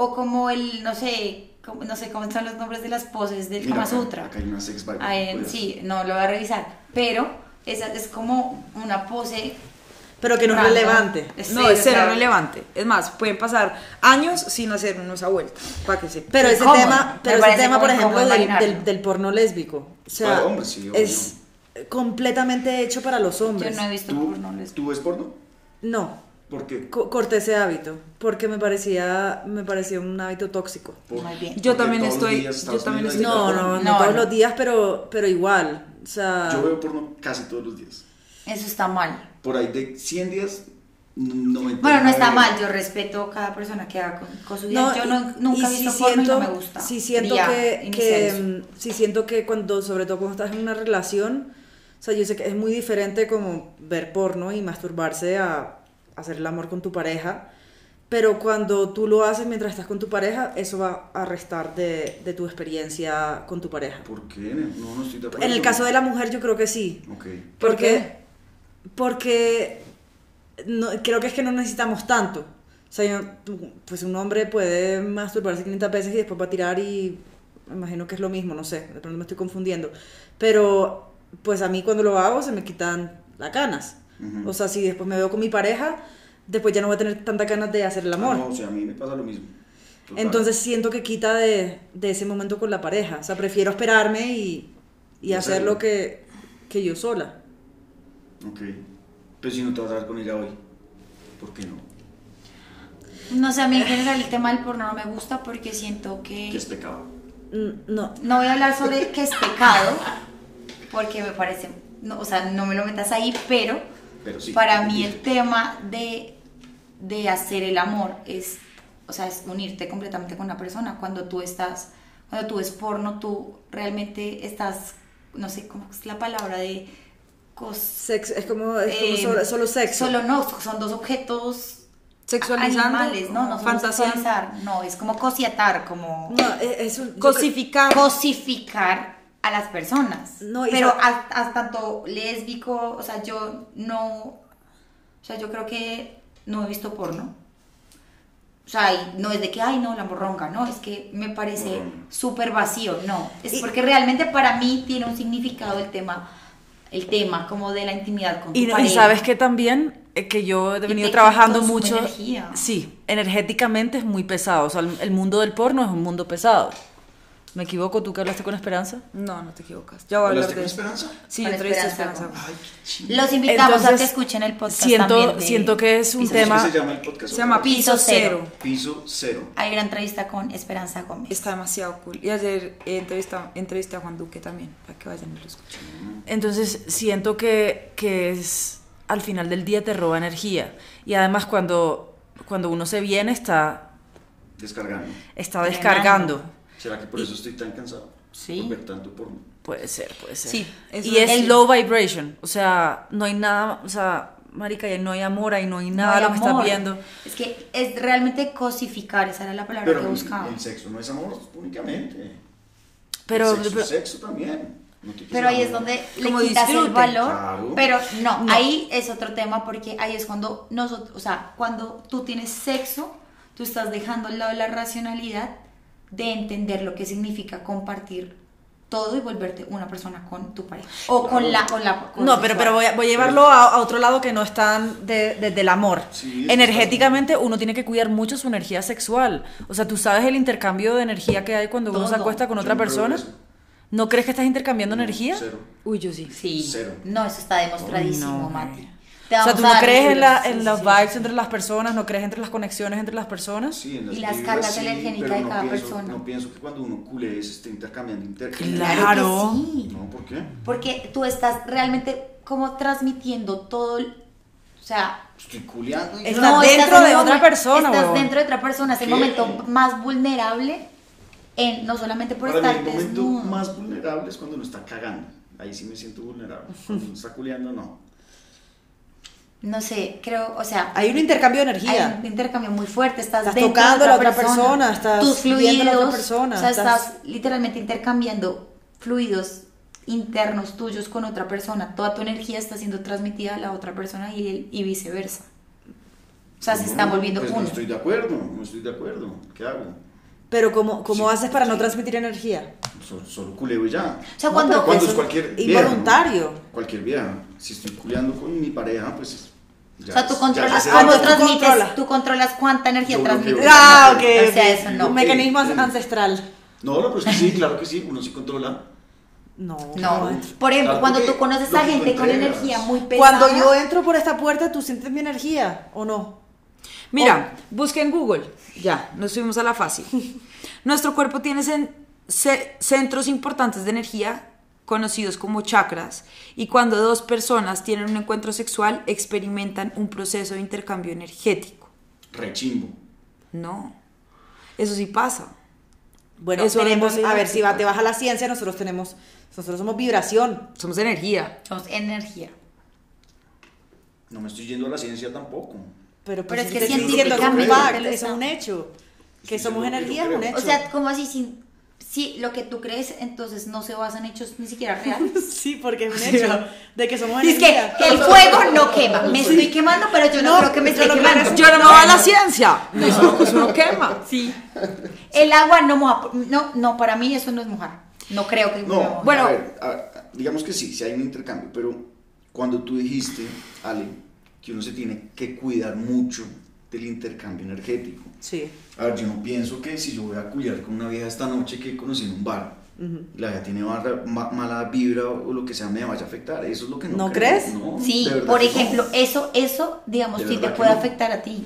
S6: O como el, no sé, como- no sé cómo son los nombres de las poses del
S4: Mira,
S6: Kama
S4: acá-
S6: Sutra.
S4: acá hay una sex vibe.
S6: Ah, en-
S4: Puedes-
S6: sí, no, lo voy a revisar. Pero esa es como una pose.
S9: Pero que no es
S6: random.
S9: relevante.
S5: No, es cero
S6: claro.
S5: relevante. Es más, pueden pasar años sin hacer una vuelta. Para que se...
S9: Pero ese
S6: Incómodo.
S9: tema,
S6: Me
S9: pero ese
S6: parece
S9: tema,
S6: como
S9: por ejemplo,
S6: incómodo
S9: del,
S6: imaginarlo.
S9: del- del porno lésbico. O sea,
S4: Para hombres, sí, obvio.
S9: es completamente hecho para los
S6: Yo
S9: hombres.
S6: no he visto
S4: ¿Tú,
S6: porno les-
S4: ¿Tú ves porno?
S9: No,
S4: ¿Por qué?
S9: co- corté ese hábito porque me parecía, me parecía un hábito tóxico.
S4: Por-
S6: Muy bien.
S5: Yo
S4: porque
S5: también
S4: todos los
S5: estoy-
S4: días
S5: yo
S4: Estados
S5: también
S4: Unidos
S5: estoy-
S4: hay
S9: No,
S4: porno.
S9: no, no,
S6: No,
S9: todos
S6: no.
S9: los días, pero, pero igual. O sea,
S4: Yo veo porno casi todos los días.
S6: Eso está mal.
S4: Por ahí de 100 días, 90.
S6: Bueno, no está mal. Yo respeto a cada persona que haga con, con su vida. yo no,
S9: y-
S6: nunca
S9: y
S6: he
S9: sí
S6: visto porno y
S9: siento-
S6: no me gusta.
S9: Sí siento
S6: Ya,
S9: que,
S6: inicié
S9: que,
S6: eso.
S9: mm, sí siento que cuando, sobre todo cuando estás en una relación, o sea, yo sé que es muy diferente como ver porno y masturbarse a hacer el amor con tu pareja, pero cuando tú lo haces mientras estás con tu pareja, eso va a restar de, de tu experiencia con tu pareja.
S4: ¿Por qué? No, no estoy de acuerdo.
S9: En el caso de la mujer, yo creo que sí.
S4: Ok.
S5: ¿Por
S9: Porque, porque no, creo que es que no necesitamos tanto. O sea, yo- tú- pues un hombre puede masturbarse 500 veces y después va a tirar y me imagino que es lo mismo, no sé, de pronto me estoy confundiendo. Pero pues a mí cuando lo hago se me quitan las canas.
S4: Ujú.
S9: O sea, si después me veo con mi pareja, después ya no voy a tener tantas ganas de hacer el amor.
S4: Ah, no, o sea, a mí me pasa lo mismo. Total.
S9: Entonces siento que quita de, de ese momento con la pareja. O sea, prefiero esperarme y, y
S4: Y
S9: hacer
S4: hacerlo.
S9: lo que, que yo sola.
S4: Ok. Pero si no te vas a dar con ella hoy, ¿por qué no?
S9: mm,
S6: No sé, a mí en general el tema del porno no me gusta porque siento que...
S4: Que es pecado.
S9: Mm, No,
S6: No voy a hablar sobre que es pecado, porque me parece... No, o sea, no me lo metas ahí, pero,
S4: Pero sí.
S6: para mí el tema de, de hacer el amor es... O sea, es unirte completamente con una persona. Cuando tú estás... Cuando tú ves porno, tú realmente estás... No sé cómo es la palabra de... Cos,
S9: Sexo, es como, es como
S6: eh,
S9: solo, solo sexo.
S6: Solo no, son dos objetos
S5: Sexualizando,
S6: animales, no, no son
S5: fantaseando.
S6: sexualizar, no, es como cosiatar, como
S9: No, e- es un- yo
S5: Cosificar.
S6: cosificar a las personas.
S9: No, y
S6: pero
S9: sa-
S6: hasta tanto lésbico, o sea, yo no, o sea, yo creo que no he visto porno. O sea, y no es de que, ay, no, la morronga, no, es que me parece
S4: Morronga.
S6: súper vacío, no. Es
S9: Y-
S6: porque realmente para mí tiene un significado el tema, el tema como de la intimidad con tu
S7: Y, no- y
S6: pareja.
S7: sabes que también, eh, que yo he venido
S6: te
S7: trabajando
S6: consume
S7: mucho.
S6: energía.
S7: Sí, energéticamente es muy pesado. O sea, el, el mundo del porno es un mundo pesado. ¿Me equivoco? ¿Tú que hablaste con Esperanza?
S5: No, no te equivocas. Ya voy a hablar
S4: ¿Hablaste
S5: de
S4: con
S5: eso.
S4: Esperanza?
S5: Sí,
S6: Con
S5: yo entrevisté a
S6: Esperanza.
S5: Esperanza.
S6: Los invitamos a
S7: Entonces,
S6: que escuchen el podcast
S7: siento-
S6: también de-
S7: siento que es un
S4: ¿Cómo
S6: Piso
S4: es que
S7: tema-
S4: se llama el podcast?
S5: Se llama Piso
S6: Piso
S5: Cero.
S6: Cero.
S4: Piso Cero.
S6: Hay una entrevista con Esperanza Gómez.
S5: Está demasiado cool. Y ayer eh, entrevista, entrevisté a Juan Duque también, para que vayan y lo escuchen.
S7: Entonces siento que, que es al final del día te roba energía. Y además cuando, cuando uno se viene está,
S4: Descargando.
S7: está
S6: Drenando.
S7: descargando.
S4: ¿Será que por eso estoy tan cansado?
S6: Sí.
S4: Por ver tanto porno.
S7: Puede ser, puede ser.
S5: Sí, es
S7: y
S5: una-
S7: es
S5: el-
S7: low vibration. O sea, no hay nada, o sea, marica, ya no hay amor, ahí no hay
S6: No
S7: nada
S6: hay
S7: lo que estás
S6: amor.
S7: viendo.
S6: Es que es realmente cosificar, esa era la palabra
S4: Pero
S6: que buscaba.
S4: el sexo no es amor únicamente.
S7: Pero,
S4: el sexo,
S7: pero-
S4: es sexo también. No te
S6: Pero ahí
S4: quieres
S6: es
S4: amor.
S6: donde le
S5: Como
S6: quitas
S5: disfrute.
S6: el valor.
S4: Claro.
S6: Pero no, ahí es otro tema porque ahí es cuando nosotros, o sea, cuando tú tienes sexo, tú estás dejando al lado la racionalidad de entender lo que significa compartir todo y volverte una persona con tu pareja. O con la... Con la con
S8: No, pero, pero voy, a, voy a llevarlo a, a otro lado que no están de- desde el amor.
S4: Sí, eso
S8: Energéticamente uno tiene que cuidar mucho su energía sexual. O sea, tú sabes el intercambio de energía que hay cuando uno se
S6: Todo.
S8: acuesta con
S4: Yo
S8: otra
S4: no creo
S8: persona.
S4: en eso.
S8: ¿No crees que estás intercambiando energía?
S4: Cero.
S5: Uy, yo sí.
S6: Sí.
S4: Cero.
S6: No, eso está demostradísimo,
S8: No,
S6: Mati. Te
S8: O sea,
S6: vamos
S8: tú
S6: a
S8: no
S6: dar
S8: crees en, la,
S6: libros,
S8: en
S6: sí,
S8: los
S6: sí.
S8: vibes entre las personas, no crees entre las conexiones entre las personas.
S4: Sí, en
S6: Y las
S4: vibras
S6: cargas
S4: sí,
S6: energéticas
S4: pero
S6: de
S4: no
S6: cada
S4: pienso-
S6: persona.
S4: No pienso que cuando uno culé se esté intercambiando intercambiando.
S8: Claro.
S6: Claro que sí.
S4: No, ¿por qué?
S6: Porque tú estás realmente como transmitiendo todo, el- o sea,
S4: Estoy culeando. y-
S8: Estás dentro
S6: en
S8: de
S6: un
S8: otra
S6: momen-
S8: persona,
S6: Estás
S8: huevón.
S6: dentro de otra persona, es el
S4: ¿Qué?
S6: momento más vulnerable, en, no solamente por
S4: Para mí
S6: estar
S4: el momento
S6: desnudo.
S4: más vulnerable es cuando uno está cagando. Ahí sí me siento vulnerable. Cuando uno está culeando, no.
S6: No sé, creo, o sea,
S9: Hay un intercambio de energía.
S6: hay un intercambio muy fuerte, estás,
S9: Estás
S6: dentro
S9: tocando
S6: de
S9: a la otra persona, estás
S6: tus
S9: viendo
S6: fluidos,
S9: a la otra persona,
S6: o sea, estás...
S9: estás-
S6: literalmente intercambiando fluidos internos tuyos con otra persona, toda tu energía está siendo transmitida a la otra persona y, y viceversa. O sea, se
S4: No,
S6: están volviendo
S4: pues
S6: uno.
S4: No estoy de acuerdo, no estoy de acuerdo. ¿Qué hago?
S9: Pero ¿cómo, cómo haces para no transmitir energía?
S4: Solo, solo culeo y ya.
S6: O sea,
S9: No,
S6: cuando,
S9: pero
S4: ¿Cuándo
S9: eso
S4: es cualquier
S9: es
S4: vieja,
S9: involuntario.
S4: ¿no? Cualquier vieja. Si estoy culeando con mi pareja, pues. ya
S6: o sea, tú
S4: es-
S6: controlas
S4: ya- ya se
S9: Ah,
S6: cuánto
S9: no,
S4: da-
S9: tú
S6: transmites,
S9: controlas.
S6: tú controlas cuánta energía
S4: Yo bloqueo.
S6: transmites.
S4: Ah, ok,
S6: O sea, eso no.
S4: ok.
S9: Un mecanismo
S4: Entiendo.
S9: ancestral.
S4: No, no, pero es que sí, claro que sí, uno sí controla.
S9: No.
S6: No. Por ejemplo,
S4: Claro,
S6: cuando
S4: porque
S6: tú conoces
S4: lo
S6: a
S4: que
S6: gente con
S4: entregas.
S6: energía muy pesada.
S9: Cuando yo entro por esta puerta, ¿tú sientes mi energía o no?
S5: Mira, busca en Google. Ya, nos subimos a la fácil. Nuestro cuerpo tiene cen- ce- centros importantes de energía conocidos como chakras y cuando dos personas tienen un encuentro sexual experimentan un proceso de intercambio energético.
S4: Rechimbo.
S5: No, eso sí pasa.
S9: Bueno,
S5: Eso en
S9: tenemos,
S5: realidad-
S9: a ver, si va- te vas a la ciencia, nosotros tenemos, nosotros somos vibración.
S5: Somos energía.
S6: Somos pues, energía.
S4: No me estoy yendo a la ciencia tampoco.
S9: Pero,
S6: Pero
S9: pues,
S6: es
S9: si
S6: que
S9: te estoy diciendo, es un
S6: científicamente
S9: fact,
S6: lo
S9: es
S6: está.
S9: un hecho. Que
S4: Sí,
S9: somos
S4: seguro que
S9: energía es
S4: yo
S9: un
S4: creo.
S9: hecho.
S6: O sea, como así, si, si lo que tú crees entonces no se basa en hechos ni siquiera reales.
S9: sí, porque es un hecho de que somos
S6: Dice que,
S9: energía.
S6: que el fuego no quema. Me estoy quemando, pero yo no, creo que me
S9: yo
S6: esté
S9: no creo
S6: quemando.
S5: Yo no me voy a la ciencia. Eso no, eso no quema.
S6: Sí. El agua no moja. No, no, para mí eso no es mojar. No creo que me
S4: No,
S6: moje.
S4: bueno, a ver, a ver, digamos que sí, sí hay un intercambio, pero cuando tú dijiste, Ale, que uno se tiene que cuidar mucho del intercambio energético.
S9: Sí.
S4: A ver, yo no pienso que si yo voy a culiar con una vieja esta noche que conocí en un bar, y la vieja tiene barra- ma- mala vibra o lo que sea, me vaya a afectar. Eso es lo que no
S9: ¿No
S4: creo.
S9: crees?
S4: No,
S6: Sí,
S4: de verdad
S6: por
S4: que no.
S6: ejemplo, eso, eso, digamos,
S4: De
S6: sí te
S4: verdad que
S6: puede
S4: no.
S6: afectar a ti.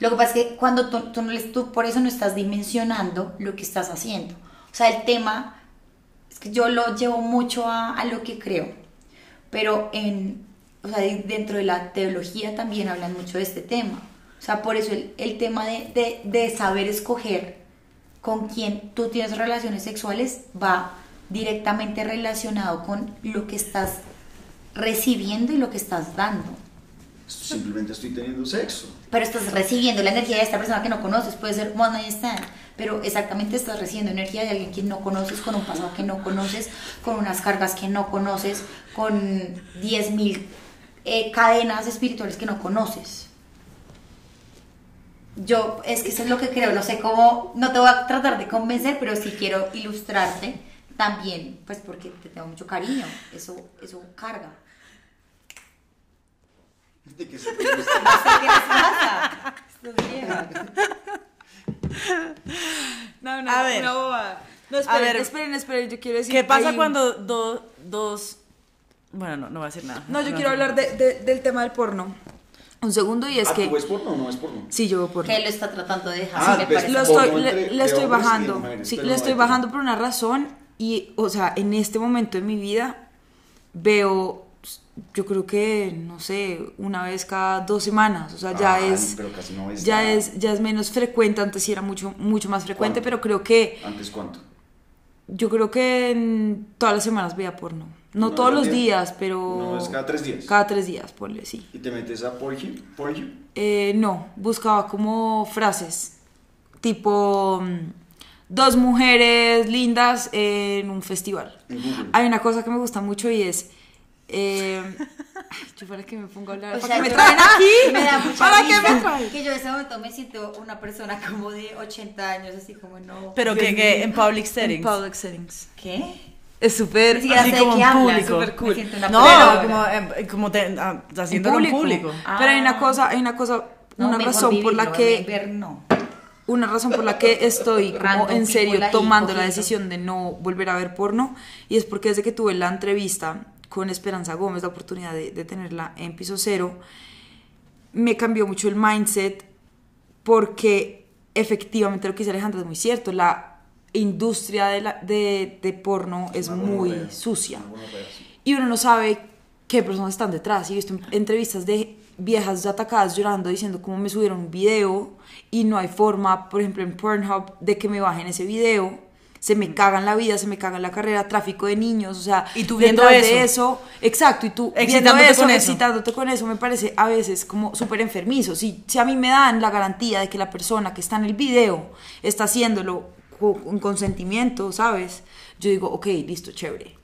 S6: Lo que pasa es que cuando tú, tú no les, tú por eso no estás dimensionando lo que estás haciendo. O sea, el tema, es que yo lo llevo mucho a, a lo que creo, pero en, o sea, de- dentro de la teología también hablan mucho de este tema. O sea, por eso el, el tema de, de- de saber escoger con quién tú tienes relaciones sexuales va directamente relacionado con lo que estás recibiendo y lo que estás dando.
S4: Simplemente estoy teniendo sexo.
S6: Pero estás recibiendo la energía de esta persona que no conoces, puede ser one night stand, pero exactamente estás recibiendo energía de alguien que no conoces, con un pasado que no conoces, con unas cargas que no conoces, con 10.000 eh, cadenas espirituales que no conoces. Yo, es que eso es lo que creo, no sé cómo, no te voy a tratar de convencer, pero sí quiero ilustrarte también, pues porque te tengo mucho cariño, eso, eso carga.
S4: ¿De qué se trata?
S6: ¿Qué les pasa? Estos viejos.
S5: No,
S8: A ver.
S5: una bobada. No,
S8: A
S5: esperen,
S8: ver.
S5: esperen, esperen, yo quiero decir
S8: ¿Qué pasa
S5: hay un-
S8: cuando do- dos... Bueno, no, no voy a decir nada.
S5: No, yo quiero hablar de- de- del tema del porno. Un segundo y es
S4: Ah,
S5: que...
S4: ¿tú ves porno o no ves porno?
S5: Sí, yo veo porno.
S6: que lo está tratando de dejar.
S4: Ah,
S6: me
S4: ves,
S6: parece.
S5: Lo
S4: Porno
S5: estoy, le,
S4: entre-
S5: le estoy
S4: de hombres y de
S5: bajando.
S4: mujeres,
S5: Sí,
S4: pero
S5: le
S4: no
S5: estoy
S4: hay
S5: bajando por una razón. Y, o sea, en este momento de mi vida veo, yo creo que, no sé, una vez cada dos semanas. O sea, ya
S4: Ay,
S5: es.
S4: pero casi no ves
S5: ya
S4: nada.
S5: es, ya es menos frecuente. Antes sí era mucho, mucho más frecuente,
S4: ¿Cuánto?
S5: pero creo que.
S4: ¿Antes cuánto?
S5: Yo creo que en todas las semanas veía porno. No
S4: ¿Una
S5: todos
S4: vez al
S5: los
S4: día?
S5: días, pero.
S4: Una vez cada tres días.
S5: Cada tres días, ponle, sí.
S4: ¿Y te metes a Pornhub? Pornhub?
S5: Eh, no, buscaba como frases, tipo mm, dos mujeres lindas en un festival.
S4: En Google.
S5: Hay una cosa que me gusta mucho y es... eh, ay, yo para que me pongo a hablar,
S6: O
S5: para
S6: sea,
S5: que me
S6: yo-
S5: traen aquí,
S6: me da mucha
S5: para que
S6: risa
S5: me traen.
S6: Que yo en ese momento me siento una persona como de 80 años, así como no.
S8: Pero que, que en public settings.
S5: Public settings.
S6: ¿Qué?
S5: Es súper.
S6: Ni siquiera
S7: así
S6: sé de
S7: como
S6: qué
S7: en
S6: habla,
S7: público.
S6: súper cool. Me siento una
S7: No,
S6: perdedora.
S7: como, eh, como te- ah,
S5: en
S7: haciéndolo en público.
S8: Ah.
S5: Pero hay una cosa, hay una cosa,
S6: No,
S5: una
S6: mejor
S5: razón por la
S6: vivirlo,
S5: que
S6: Ver, no.
S5: una razón por la que estoy como
S6: Random
S5: en serio
S6: people ahí,
S5: tomando la
S6: poquito.
S5: decisión de no volver a ver porno y es porque desde que tuve la entrevista con Esperanza Gómez, la oportunidad de, de tenerla en piso cero, me cambió mucho el mindset porque efectivamente lo que dice Alejandra es muy cierto, la industria de, la- de- de porno es muy sucia y uno no sabe qué personas están detrás. Y he visto entrevistas de viejas atacadas llorando diciendo cómo me subieron un video y no hay forma, por ejemplo en Pornhub, de que me bajen ese video. Se me cagan la vida, se me cagan la carrera, tráfico de niños, o sea,
S7: Mm. Y tú viendo
S5: detrás de
S7: eso.
S5: exacto, y tú viendo
S7: Excitándote
S5: eso,
S7: con eso.
S5: excitándote con eso, me parece a veces como súper enfermizo. Si, si a mí me dan la garantía de que la persona que está en el video está haciéndolo co- con consentimiento, ¿sabes? Yo digo, ok, listo, chévere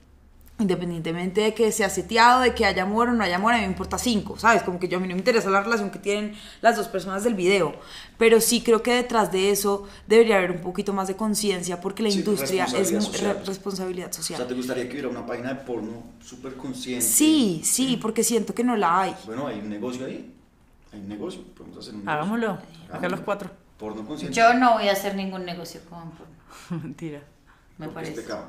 S5: independientemente de que sea seteado, de que haya amor o no haya amor, a mí me importa cinco, ¿sabes? Como que yo a mí no me interesa la relación que tienen las dos personas del video, pero sí creo que detrás de eso debería haber un poquito más de conciencia porque la
S4: Sí,
S5: industria es
S4: responsabilidad
S5: mu-
S4: social.
S5: re- responsabilidad
S4: O
S5: social.
S4: sea, ¿te gustaría que hubiera una página de porno súper consciente?
S5: sí, sí, porque siento que no la hay.
S4: Bueno, hay un negocio ahí. Hay un negocio. Podemos hacer un negocio.
S7: Hagámoslo. Acá los cuatro.
S4: Porno consciente.
S6: Yo no voy a hacer ningún negocio con porno,
S7: Mentira.
S6: me
S4: Porque es
S6: parece.
S4: pecado.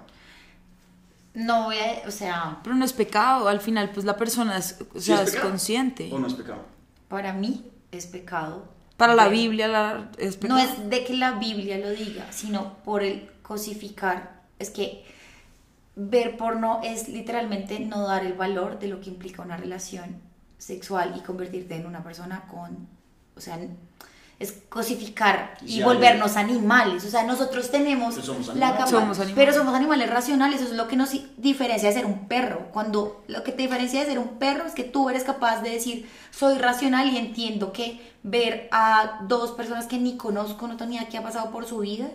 S6: No voy a, o sea,
S5: Pero no es pecado, al final pues la persona es, o
S4: ¿Sí
S5: sea, es,
S4: pecado?
S5: consciente.
S4: ¿O no es pecado?
S6: para mí es pecado.
S5: Para la
S6: Pero-
S5: Biblia la, es
S6: No
S5: pecado.
S6: es de que la Biblia lo diga, sino por el cosificar. Es que ver porno es literalmente no dar el valor de lo que implica una relación sexual y convertirte en una persona con, o sea, es cosificar y
S4: Ya, ya.
S6: volvernos animales. O sea, nosotros tenemos
S4: Pero somos
S6: la
S4: animales.
S6: capa-
S5: Somos animales.
S6: pero somos animales racionales, eso es lo que nos diferencia de ser un perro. Cuando lo que te diferencia de ser un perro es que tú eres capaz de decir, soy racional y entiendo que ver a dos personas que ni conozco, no tengo ni idea qué ha pasado por su vida,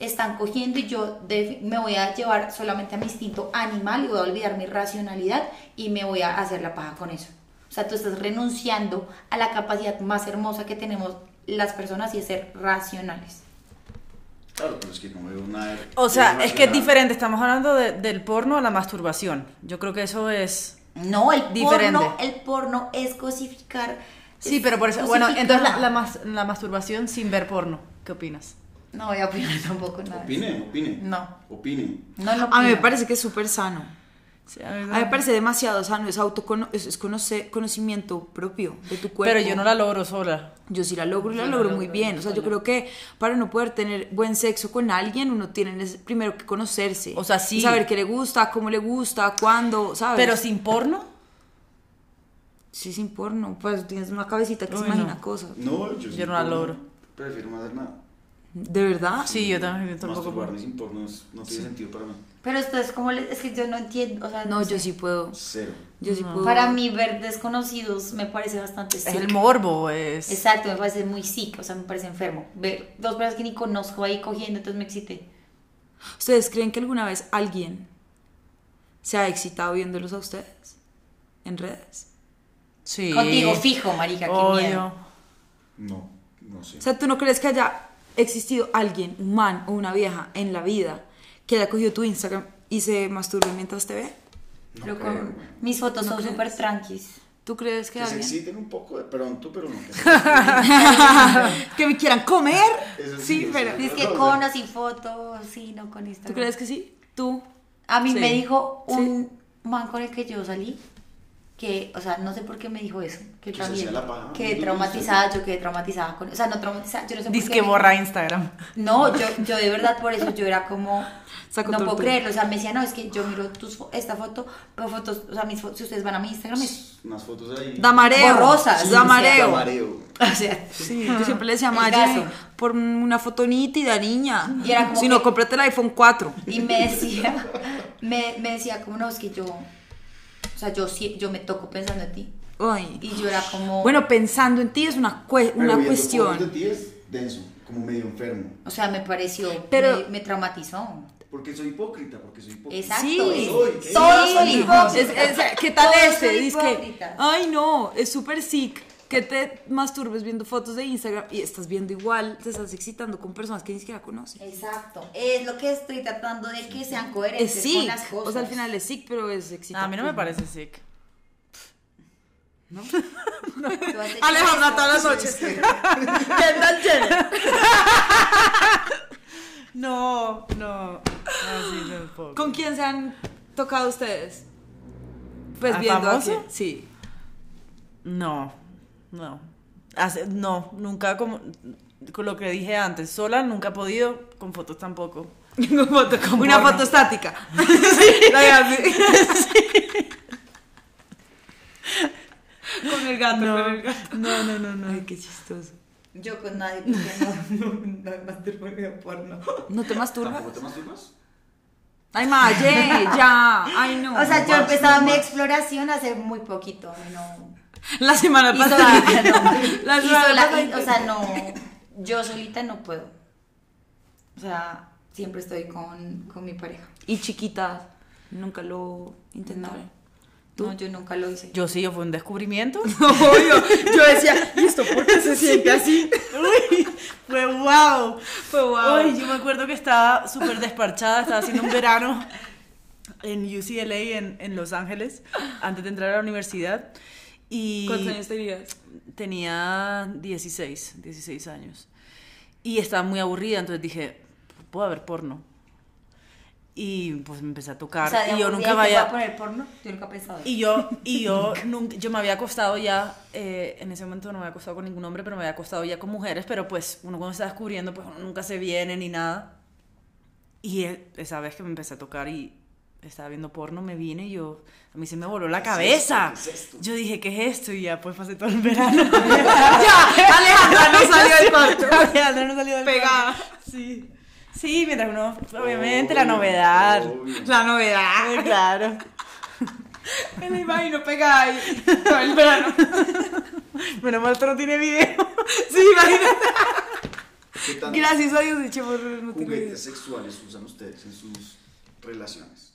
S6: están cogiendo y yo de- me voy a llevar solamente a mi instinto animal y voy a olvidar mi racionalidad y me voy a hacer la paja con eso. O sea, tú estás renunciando a la capacidad más hermosa que tenemos las personas y es ser racionales.
S4: Claro, pero es que no veo nada. de-
S8: O sea,
S4: de
S8: es que es
S4: racional.
S8: diferente, estamos hablando de- del porno a la masturbación. Yo creo que eso es...
S6: No, el
S8: Diferente.
S6: porno, el porno es cosificar.
S8: Sí,
S6: es
S8: pero por eso... Bueno,
S6: cosificar.
S8: entonces la, la mas- la masturbación sin ver porno, ¿qué opinas?
S6: No voy a opinar tampoco nada.
S4: Opine, opine.
S8: No.
S4: Opine.
S6: No, no
S5: A mí me
S6: opino.
S5: parece que es súper sano. A mí me parece demasiado sano, es, autocono es, es conoce- conocimiento propio de tu cuerpo.
S8: Pero yo no la logro sola.
S5: Yo sí la logro y la logro muy bien. O sea, yo creo que para uno poder tener buen sexo con alguien, uno tiene es- primero que conocerse.
S8: O sea, sí.
S5: Y saber qué le gusta, cómo le gusta, cuándo, ¿sabes?
S8: Pero sin porno,
S5: Sí, sin porno. Pues tienes una cabecita que se
S8: Uy,
S5: imagina
S8: no.
S5: cosas.
S4: No, yo,
S8: Yo no la logro.
S4: Prefiero no hacer nada.
S5: ¿De verdad?
S8: sí, yo también tampoco.
S4: Masturbarme sin porno es- no tiene sentido para mí.
S6: Pero esto es como, le- es que yo no entiendo, o sea,
S5: No, yo
S6: sé.
S5: sí puedo.
S4: Cero.
S5: Yo sí puedo.
S6: Para mí ver desconocidos me parece bastante
S8: Es
S6: sick.
S8: el morbo, es...
S6: Exacto, me parece muy sick, o sea, me parece enfermo. Ver dos personas que ni conozco ahí cogiendo, entonces me excité.
S5: ¿Ustedes creen que alguna vez alguien se ha excitado viéndolos a ustedes? ¿En redes?
S8: Sí.
S6: Contigo fijo, marica, qué
S8: Obvio.
S6: miedo.
S4: No, no sé.
S5: O sea, ¿tú no crees que haya existido alguien, un man o una vieja en la vida que haya cogido tu Instagram y se masturbe mientras te ve?
S4: No creo,
S6: Pero con-
S4: güey.
S6: mis fotos son súper tranquis.
S5: ¿Tú crees que
S4: Que se
S5: alguien?
S4: exciten un poco de pronto, pero no.
S5: ¿Que me quieran comer?
S4: Eso sí,
S5: Sí,
S4: eso
S5: pero...
S4: sí.
S6: Dice que con o sin foto, sí, no con Instagram.
S5: ¿Tú crees que sí? ¿Tú?
S6: A mí
S5: Sí.
S6: me dijo un man con el que yo salí, que, o sea, no sé por qué me dijo eso, que
S4: Que se
S6: también,
S4: hacía la paja.
S6: quedé traumatizada, yo quedé traumatizada con, o sea, no traumatizada, yo no sé por
S8: Dice
S6: qué
S8: que
S6: me-
S8: borra Instagram.
S6: No, yo, yo de verdad por eso yo era como,
S5: Saco
S6: no puedo
S5: tortura.
S6: creerlo, o sea, me decía, no, es que yo miro tus, fo- esta foto, pero fotos, o sea, mis fo- si ustedes van a mi Instagram, es,
S4: Unas fotos ahí.
S5: Da mareo.
S6: Borrosas.
S5: Da
S6: Sí,
S5: mareo.
S4: Mareo.
S6: o sea,
S5: Sí, yo siempre le decía a
S6: El
S5: Maya,
S6: gaso.
S5: por una foto nítida, niña.
S6: Y era como
S5: si
S6: que-
S5: no, cómprate el iPhone 4.
S6: Y me decía, me, me decía como, no, es que yo, o sea, yo, sí- yo me toco pensando en ti.
S5: Ay.
S6: Y yo era como,
S5: Bueno, pensando en ti es una, cue-
S4: Pero
S5: una
S4: viendo
S5: cuestión.
S4: fotos de ti es denso, como medio enfermo.
S6: o sea, me pareció,
S5: Pero-
S6: me, me traumatizó.
S4: Porque soy hipócrita, porque soy hipócrita.
S6: Exacto.
S5: Sí.
S6: es-
S4: Soy,
S6: todos
S5: Sí.
S6: son hipócritas.
S5: Es- es- ¿Qué tal
S6: Todos
S5: este?
S6: son
S5: Dice que,
S6: hipócritas.
S5: ay no, es súper sick. que te masturbes viendo fotos de Instagram y estás viendo igual, te estás excitando con personas que ni siquiera conoces.
S6: Exacto. Es lo que estoy tratando de que sean coherentes
S5: Es
S6: con
S5: sick.
S6: las cosas.
S5: O sea, al final es sick, pero es excitante.
S7: a mí no me parece sick.
S6: Tú has hecho
S7: Alejandra
S6: eso.
S7: todas las noches. No, no.
S5: Ah,
S7: Así tampoco.
S5: ¿Con quién se han tocado ustedes? Pues
S7: ¿A
S5: viendo a
S7: famoso?
S5: quién. Sí.
S7: No, no. Hace- no, nunca como con lo que dije antes, sola nunca he podido, con fotos tampoco.
S5: Una foto,
S7: porno.
S5: estática. sí. Con el gato,
S7: No,
S5: con el gato.
S7: no, no, no, no.
S5: Ay, qué chistoso.
S6: Yo con nadie, porque no, no, no, no turbo ni de porno.
S5: ¿No te masturbas?
S4: ¿Tampoco te masturbas?
S5: Ay, Maye, ya. Ay, no.
S6: O sea, yo
S4: más,
S6: empezaba
S4: no
S6: mi
S4: más.
S6: exploración hace muy poquito. No.
S5: la semana
S6: Y
S5: pasada.
S6: sola, no.
S5: La semana
S6: Y sola,
S5: pasada
S6: y- o sea, no. Yo solita no puedo. O sea, siempre estoy con, con mi pareja.
S5: Y chiquita, nunca lo intentaron.
S6: No, yo nunca lo hice.
S7: Yo sí, yo fue un descubrimiento.
S5: Obvio, yo decía, ¿y esto por qué se siente así?
S7: Uy, fue wow.
S5: Fue guau.
S7: Uy, yo me acuerdo que estaba súper desparchada, estaba haciendo un verano en UCLA en, en Los Ángeles, antes de entrar a la universidad. Y
S5: ¿Cuántos años tenías?
S7: Tenía 16, 16 años. Y estaba muy aburrida, entonces dije, puedo ver porno. Y pues me empecé a tocar.
S6: o sea, de
S7: y yo
S6: aburrida
S7: nunca
S6: que
S7: vaya.
S6: voy a poner porno, yo nunca he pensado.
S7: Y yo, y yo, nunca, yo me había acostado ya, eh, en ese momento no me había acostado con ningún hombre, pero me había acostado ya con mujeres, pero pues uno cuando está descubriendo, pues uno nunca se viene ni nada. Y eh, esa vez que me empecé a tocar y estaba viendo porno, me vine y yo, a mí se me voló la cabeza. Yo dije, ¿qué es esto? Y ya pues pasé todo el verano. ya, Alejandra no salió del cuarto. Alejandra no salió del Pegada. Sí. Sí, mientras uno, obviamente, la
S4: Obvio,
S7: novedad.
S4: obvio.
S5: La novedad.
S7: Eh, Claro.
S5: Me la imagino pegada ahí todo el verano.
S7: Menos mal esto no tiene video.
S5: Sí, imagínate.
S4: ¿Qué tantos
S5: Gracias a Dios, dicho por no tengo idea.
S4: juguetes sexuales usan ustedes en sus relaciones?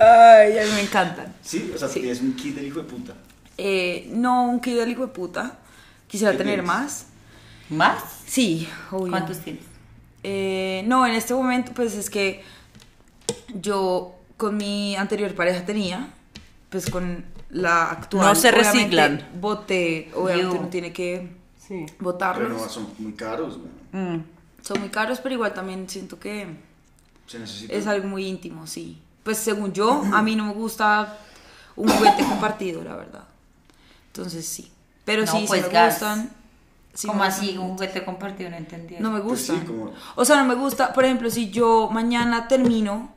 S5: Ay, a mí me encantan.
S4: Sí, o sea, tienes un kit del hijo de puta.
S5: Eh, no, un kit del hijo de puta. Quisiera
S4: ¿Qué
S5: tener
S4: tienes?
S5: más.
S6: ¿Más?
S5: Sí, obvio.
S6: ¿Cuántos tienes?
S5: Eh, no, en este momento, pues es que yo con mi anterior pareja tenía, pues con la actual.
S7: No se
S5: obviamente,
S7: reciclan.
S5: Boté, obviamente
S6: Yo.
S5: uno tiene que
S7: Sí.
S5: botarlos.
S4: Pero no, son muy caros, weón.
S5: Mm. Son muy caros, pero igual también siento que
S4: Se necesita.
S5: es algo muy íntimo, sí. Pues según yo, a mí no me gusta un juguete compartido, la verdad. Entonces sí. Pero
S6: No,
S5: sí,
S6: pues,
S5: sí me
S6: gas.
S5: gustan. sí me
S6: ¿Cómo
S5: gustan.
S6: así? Un juguete compartido, no entendí.
S5: No me
S4: Pues sí,
S5: gusta.
S4: como-
S5: O sea, no me gusta, por ejemplo, si yo mañana termino,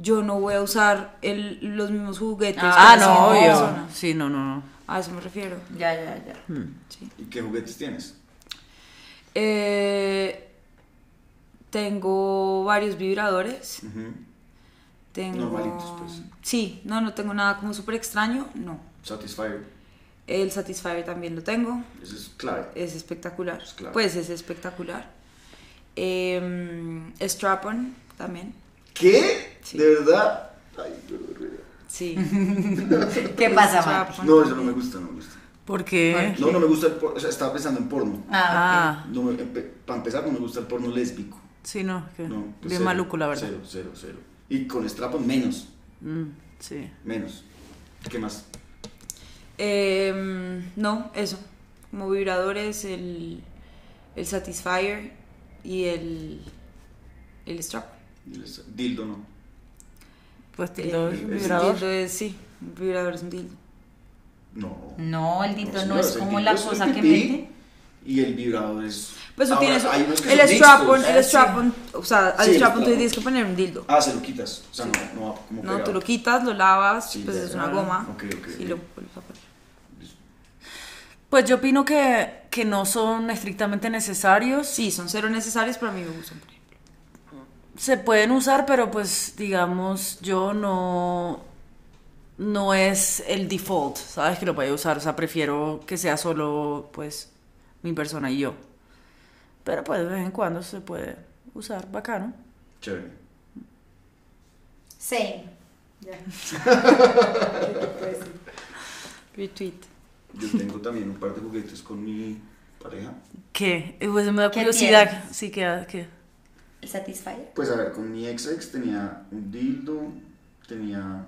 S5: yo no voy a usar el- los mismos juguetes.
S7: Ah,
S5: que la
S7: no,
S5: siguiente
S7: obvio.
S5: persona.
S7: Sí, no, no, no.
S5: A eso me refiero.
S6: Ya, ya, ya.
S5: sí.
S4: ¿Y qué juguetes tienes?
S5: Eh, tengo varios vibradores.
S4: Ujú.
S5: Tengo...
S4: Normalitos, pues.
S5: Sí, no, no tengo nada como súper extraño, no.
S4: Satisfyer.
S5: El Satisfyer también lo tengo.
S4: Eso es clave.
S5: Es espectacular.
S4: Pues claro.
S5: Pues es espectacular. Em, Strap-on también.
S4: ¿Qué?
S5: Sí.
S4: ¿De verdad? Ay, pero-
S5: Sí.
S6: ¿Qué pasa, Mar?
S5: Strap-on
S4: No, eso no
S5: también.
S4: me gusta, no me gusta.
S7: ¿Por qué?
S4: No, no me gusta el porno. O sea, estaba pensando en porno.
S6: Ah,
S7: Ah,
S4: No me- empe- para empezar, no me gusta el porno lésbico.
S7: sí, no. es que
S4: No, pues
S7: bien
S4: cero,
S7: maluco, la verdad.
S4: Cero, cero, cero. Y con estrapos menos,
S7: Mm, sí.
S4: menos. ¿Qué más?
S5: Em, no, eso. Como vibradores, el, el Satisfyer y el, el strap.
S4: Les- Dildo no.
S7: Pues tildo
S4: El-
S7: es
S4: el
S7: un
S5: El
S7: vibrador.
S5: dildo es, sí, un vibrador es un dildo.
S4: No.
S6: ok. No, el dito no
S4: señora,
S6: es
S4: el
S6: como
S4: dildo
S6: la
S4: es un
S6: cosa que
S4: pipí
S6: mete.
S4: Y el vibrador es.
S5: Pues tú
S4: Ahora,
S5: tienes
S4: hay unos que
S5: el
S4: son
S5: strap-on,
S4: mixtos.
S7: Ah,
S5: el strap-on, o sea, al
S4: Sí, el
S5: strap-on tú
S4: strap-on.
S5: tienes que poner un dildo.
S4: Ah, se lo quitas. O sea, no, no va como
S5: No,
S4: pegado.
S5: tú lo quitas, lo lavas,
S4: Sí,
S5: pues
S4: ya,
S5: es una
S4: ya.
S5: goma
S4: Ok, ok,
S5: y
S4: ok.
S5: lo vuelves a poner.
S7: Pues yo opino que, que no son estrictamente necesarios.
S5: Sí, son cero necesarios, pero a mí me gustan. por ejemplo.
S7: Se pueden usar, pero pues digamos, yo no. No es el default, ¿sabes? Que lo puede usar. O sea, prefiero que sea solo, pues, mi persona y yo. Pero pues de vez en cuando se puede usar. Bacano.
S4: Chévere.
S6: Same.
S8: Retweet.
S4: Yo tengo también un par de juguetes con mi pareja.
S7: ¿Qué? Eh, Pues me da
S6: ¿Qué
S7: curiosidad.
S6: tienes?
S7: Sí, que, que-
S6: ¿El Satisfyer?
S4: Pues a ver, con mi ex ex tenía un dildo, tenía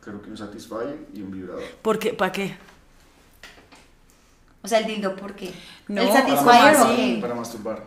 S4: creo que un Satisfyer y un vibrador.
S7: ¿Por qué? ¿Para qué?
S6: O sea, el dildo, ¿por qué?
S7: No,
S6: ¿El
S7: para
S6: Satisfyer
S4: masturbar,
S6: o qué?
S4: Para masturbar.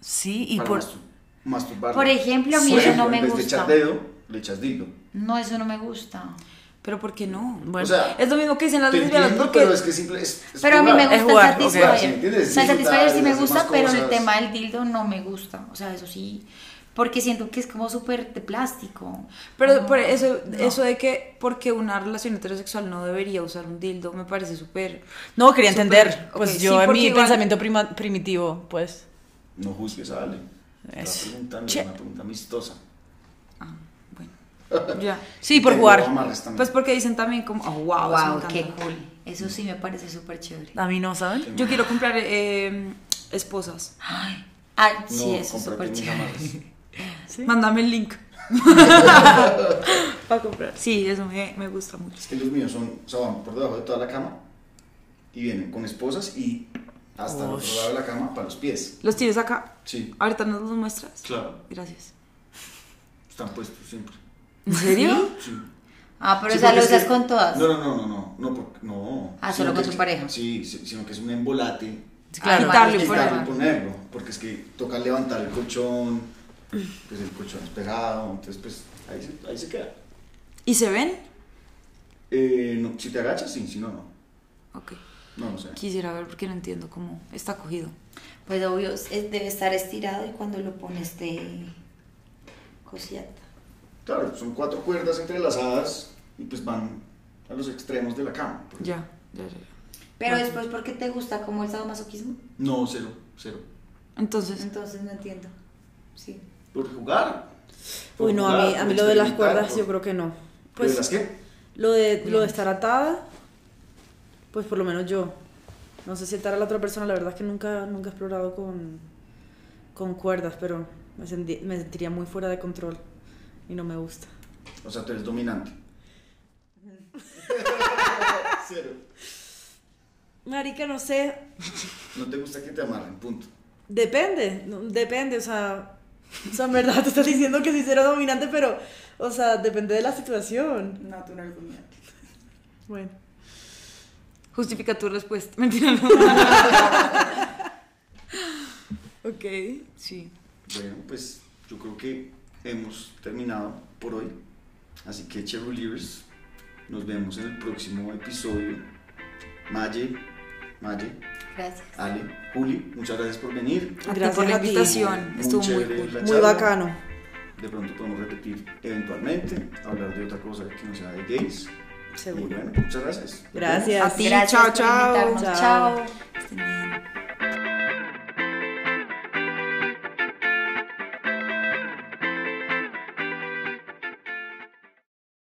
S7: Sí, y
S4: para
S7: por...
S4: mastur- masturbar.
S6: Por ejemplo, a mí
S4: Por
S6: eso no
S4: ejemplo,
S6: me
S4: en vez de
S6: gusta.
S4: echar dedo, le echas dildo.
S6: No, eso no me gusta.
S5: Pero ¿por qué no?
S7: Oh, Bueno,
S4: o sea,
S5: Es lo mismo que dicen las
S4: te
S5: lesbianas,
S4: entiendo,
S5: porque
S4: pero es que simple es, es
S6: Pero a mí me
S4: jugar.
S6: gusta
S7: Es jugar,
S6: el
S7: ok.
S4: Sí,
S6: Satisfyer.
S4: ¿entiendes?
S6: O sea, el
S4: Disfrutar,
S6: Satisfyer sí me
S4: hacer
S6: gusta,
S4: más
S6: pero el
S4: cosas.
S6: tema del dildo no me gusta. O sea, eso sí. Porque siento que es como súper de plástico. e-
S5: Pero
S7: Ah,
S6: No,
S5: por eso,
S6: no.
S5: eso de que porque una relación heterosexual no debería usar un dildo me parece súper...
S7: No, quería
S5: Súper,
S7: entender.
S5: ok,
S7: pues
S5: sí,
S7: yo, en
S5: porque
S7: mi
S5: igual-
S7: pensamiento prima- primitivo, pues...
S4: No juzgues a Ale. Te
S7: Es-
S4: está preguntando,
S7: Che.
S4: es una pregunta amistosa.
S5: Ya.
S7: Sí, por
S4: Tengo
S7: jugar.
S4: amarres también.
S5: Pues porque dicen también como, oh, wow, eso me
S6: Ah, Wow,
S5: encanta.
S6: qué cool. Eso sí me parece súper chévere.
S7: A mí no, ¿saben?
S5: Yo quiero comprar eh, esposas.
S6: Ay, ah, sí,
S4: No,
S6: eso es
S4: cómprate
S6: súper
S4: unos
S6: chévere.
S4: amarres.
S5: Mándame el link. Para comprar. Sí, eso me, me gusta mucho.
S4: Es que los míos son, o sea, van por debajo de toda la cama y vienen con esposas y hasta el otro lado de la cama para los pies.
S5: Los tienes acá.
S4: Sí,
S5: Ahorita nos los muestras.
S4: claro,
S5: Gracias.
S4: están puestos siempre.
S5: ¿En serio?
S4: Sí.
S6: Ah, pero
S4: Sí,
S6: o sea,
S4: porque
S6: lo
S4: es
S6: usas
S4: que-
S6: con todas.
S4: No, no, no, no, no, no, porque- no.
S6: Ah,
S4: Sino
S6: solo
S4: que
S6: con
S4: es
S6: tu
S4: que-
S6: pareja.
S4: Sí, sí, sino que es un embolate.
S7: Claro.
S5: Quitarlo
S6: Ah,
S5: y
S6: vale,
S5: ponerlo.
S4: Quitarlo y ponerlo, porque es que toca levantar el colchón, pues el colchón es pegado, entonces pues ahí se, ahí se queda.
S5: ¿Y se ven?
S4: Eh, no, si te agachas, sí, si no, no.
S5: Ok.
S4: No, no sé.
S5: Quisiera ver porque no entiendo cómo está cogido.
S6: Pues obvio, es- debe estar estirado y cuando lo pones de cosillata.
S4: Claro, son cuatro cuerdas entrelazadas y pues van a los extremos de la cama.
S5: Ya, ya, ya. ya.
S6: Pero después, ¿por qué te gusta como el sadomasoquismo?
S4: No, cero, cero.
S5: Entonces,
S6: Entonces no entiendo. Sí.
S4: Por jugar.
S9: Uy, no, a mí, a mí lo de las cuerdas yo creo que no. Pues
S4: Pues, ¿De las qué?
S9: lo de, lo de estar atada, pues por lo menos yo. No sé si atar a la otra persona, la verdad es que nunca, nunca he explorado con, con cuerdas, pero me, sentí- me sentiría muy fuera de control y no me gusta.
S4: O sea, tú eres dominante. cero.
S9: Marica, no sé,
S4: No te gusta que te amarren, punto.
S9: Depende, no, depende, o sea, o sea, en verdad te estás diciendo que sí será dominante, pero, o sea, depende de la situación.
S6: No, tú no eres dominante.
S9: Bueno.
S5: justifica tu respuesta. Mentira, no. ok, sí.
S4: Bueno, pues yo creo que hemos terminado por hoy. Así que, Cheryl Livers, nos vemos en el próximo episodio. Maye, Maye,
S6: Gracias.
S4: Ale, Juli, muchas gracias por venir.
S5: A ti
S9: Gracias
S5: por la
S9: a ti.
S5: invitación. Estuvo muy
S4: chévere
S5: cool.
S4: la
S9: Muy
S4: charla.
S9: bacano.
S4: De pronto podemos repetir eventualmente, hablar de otra cosa que no sea de gays. Y
S9: Seguro.
S4: bueno, muchas gracias. Nos vemos.
S9: Gracias.
S5: A ti,
S6: Gracias
S5: chao,
S6: por
S5: chao.
S6: invitarnos.
S9: Chao.
S6: chao.
S5: Estén bien.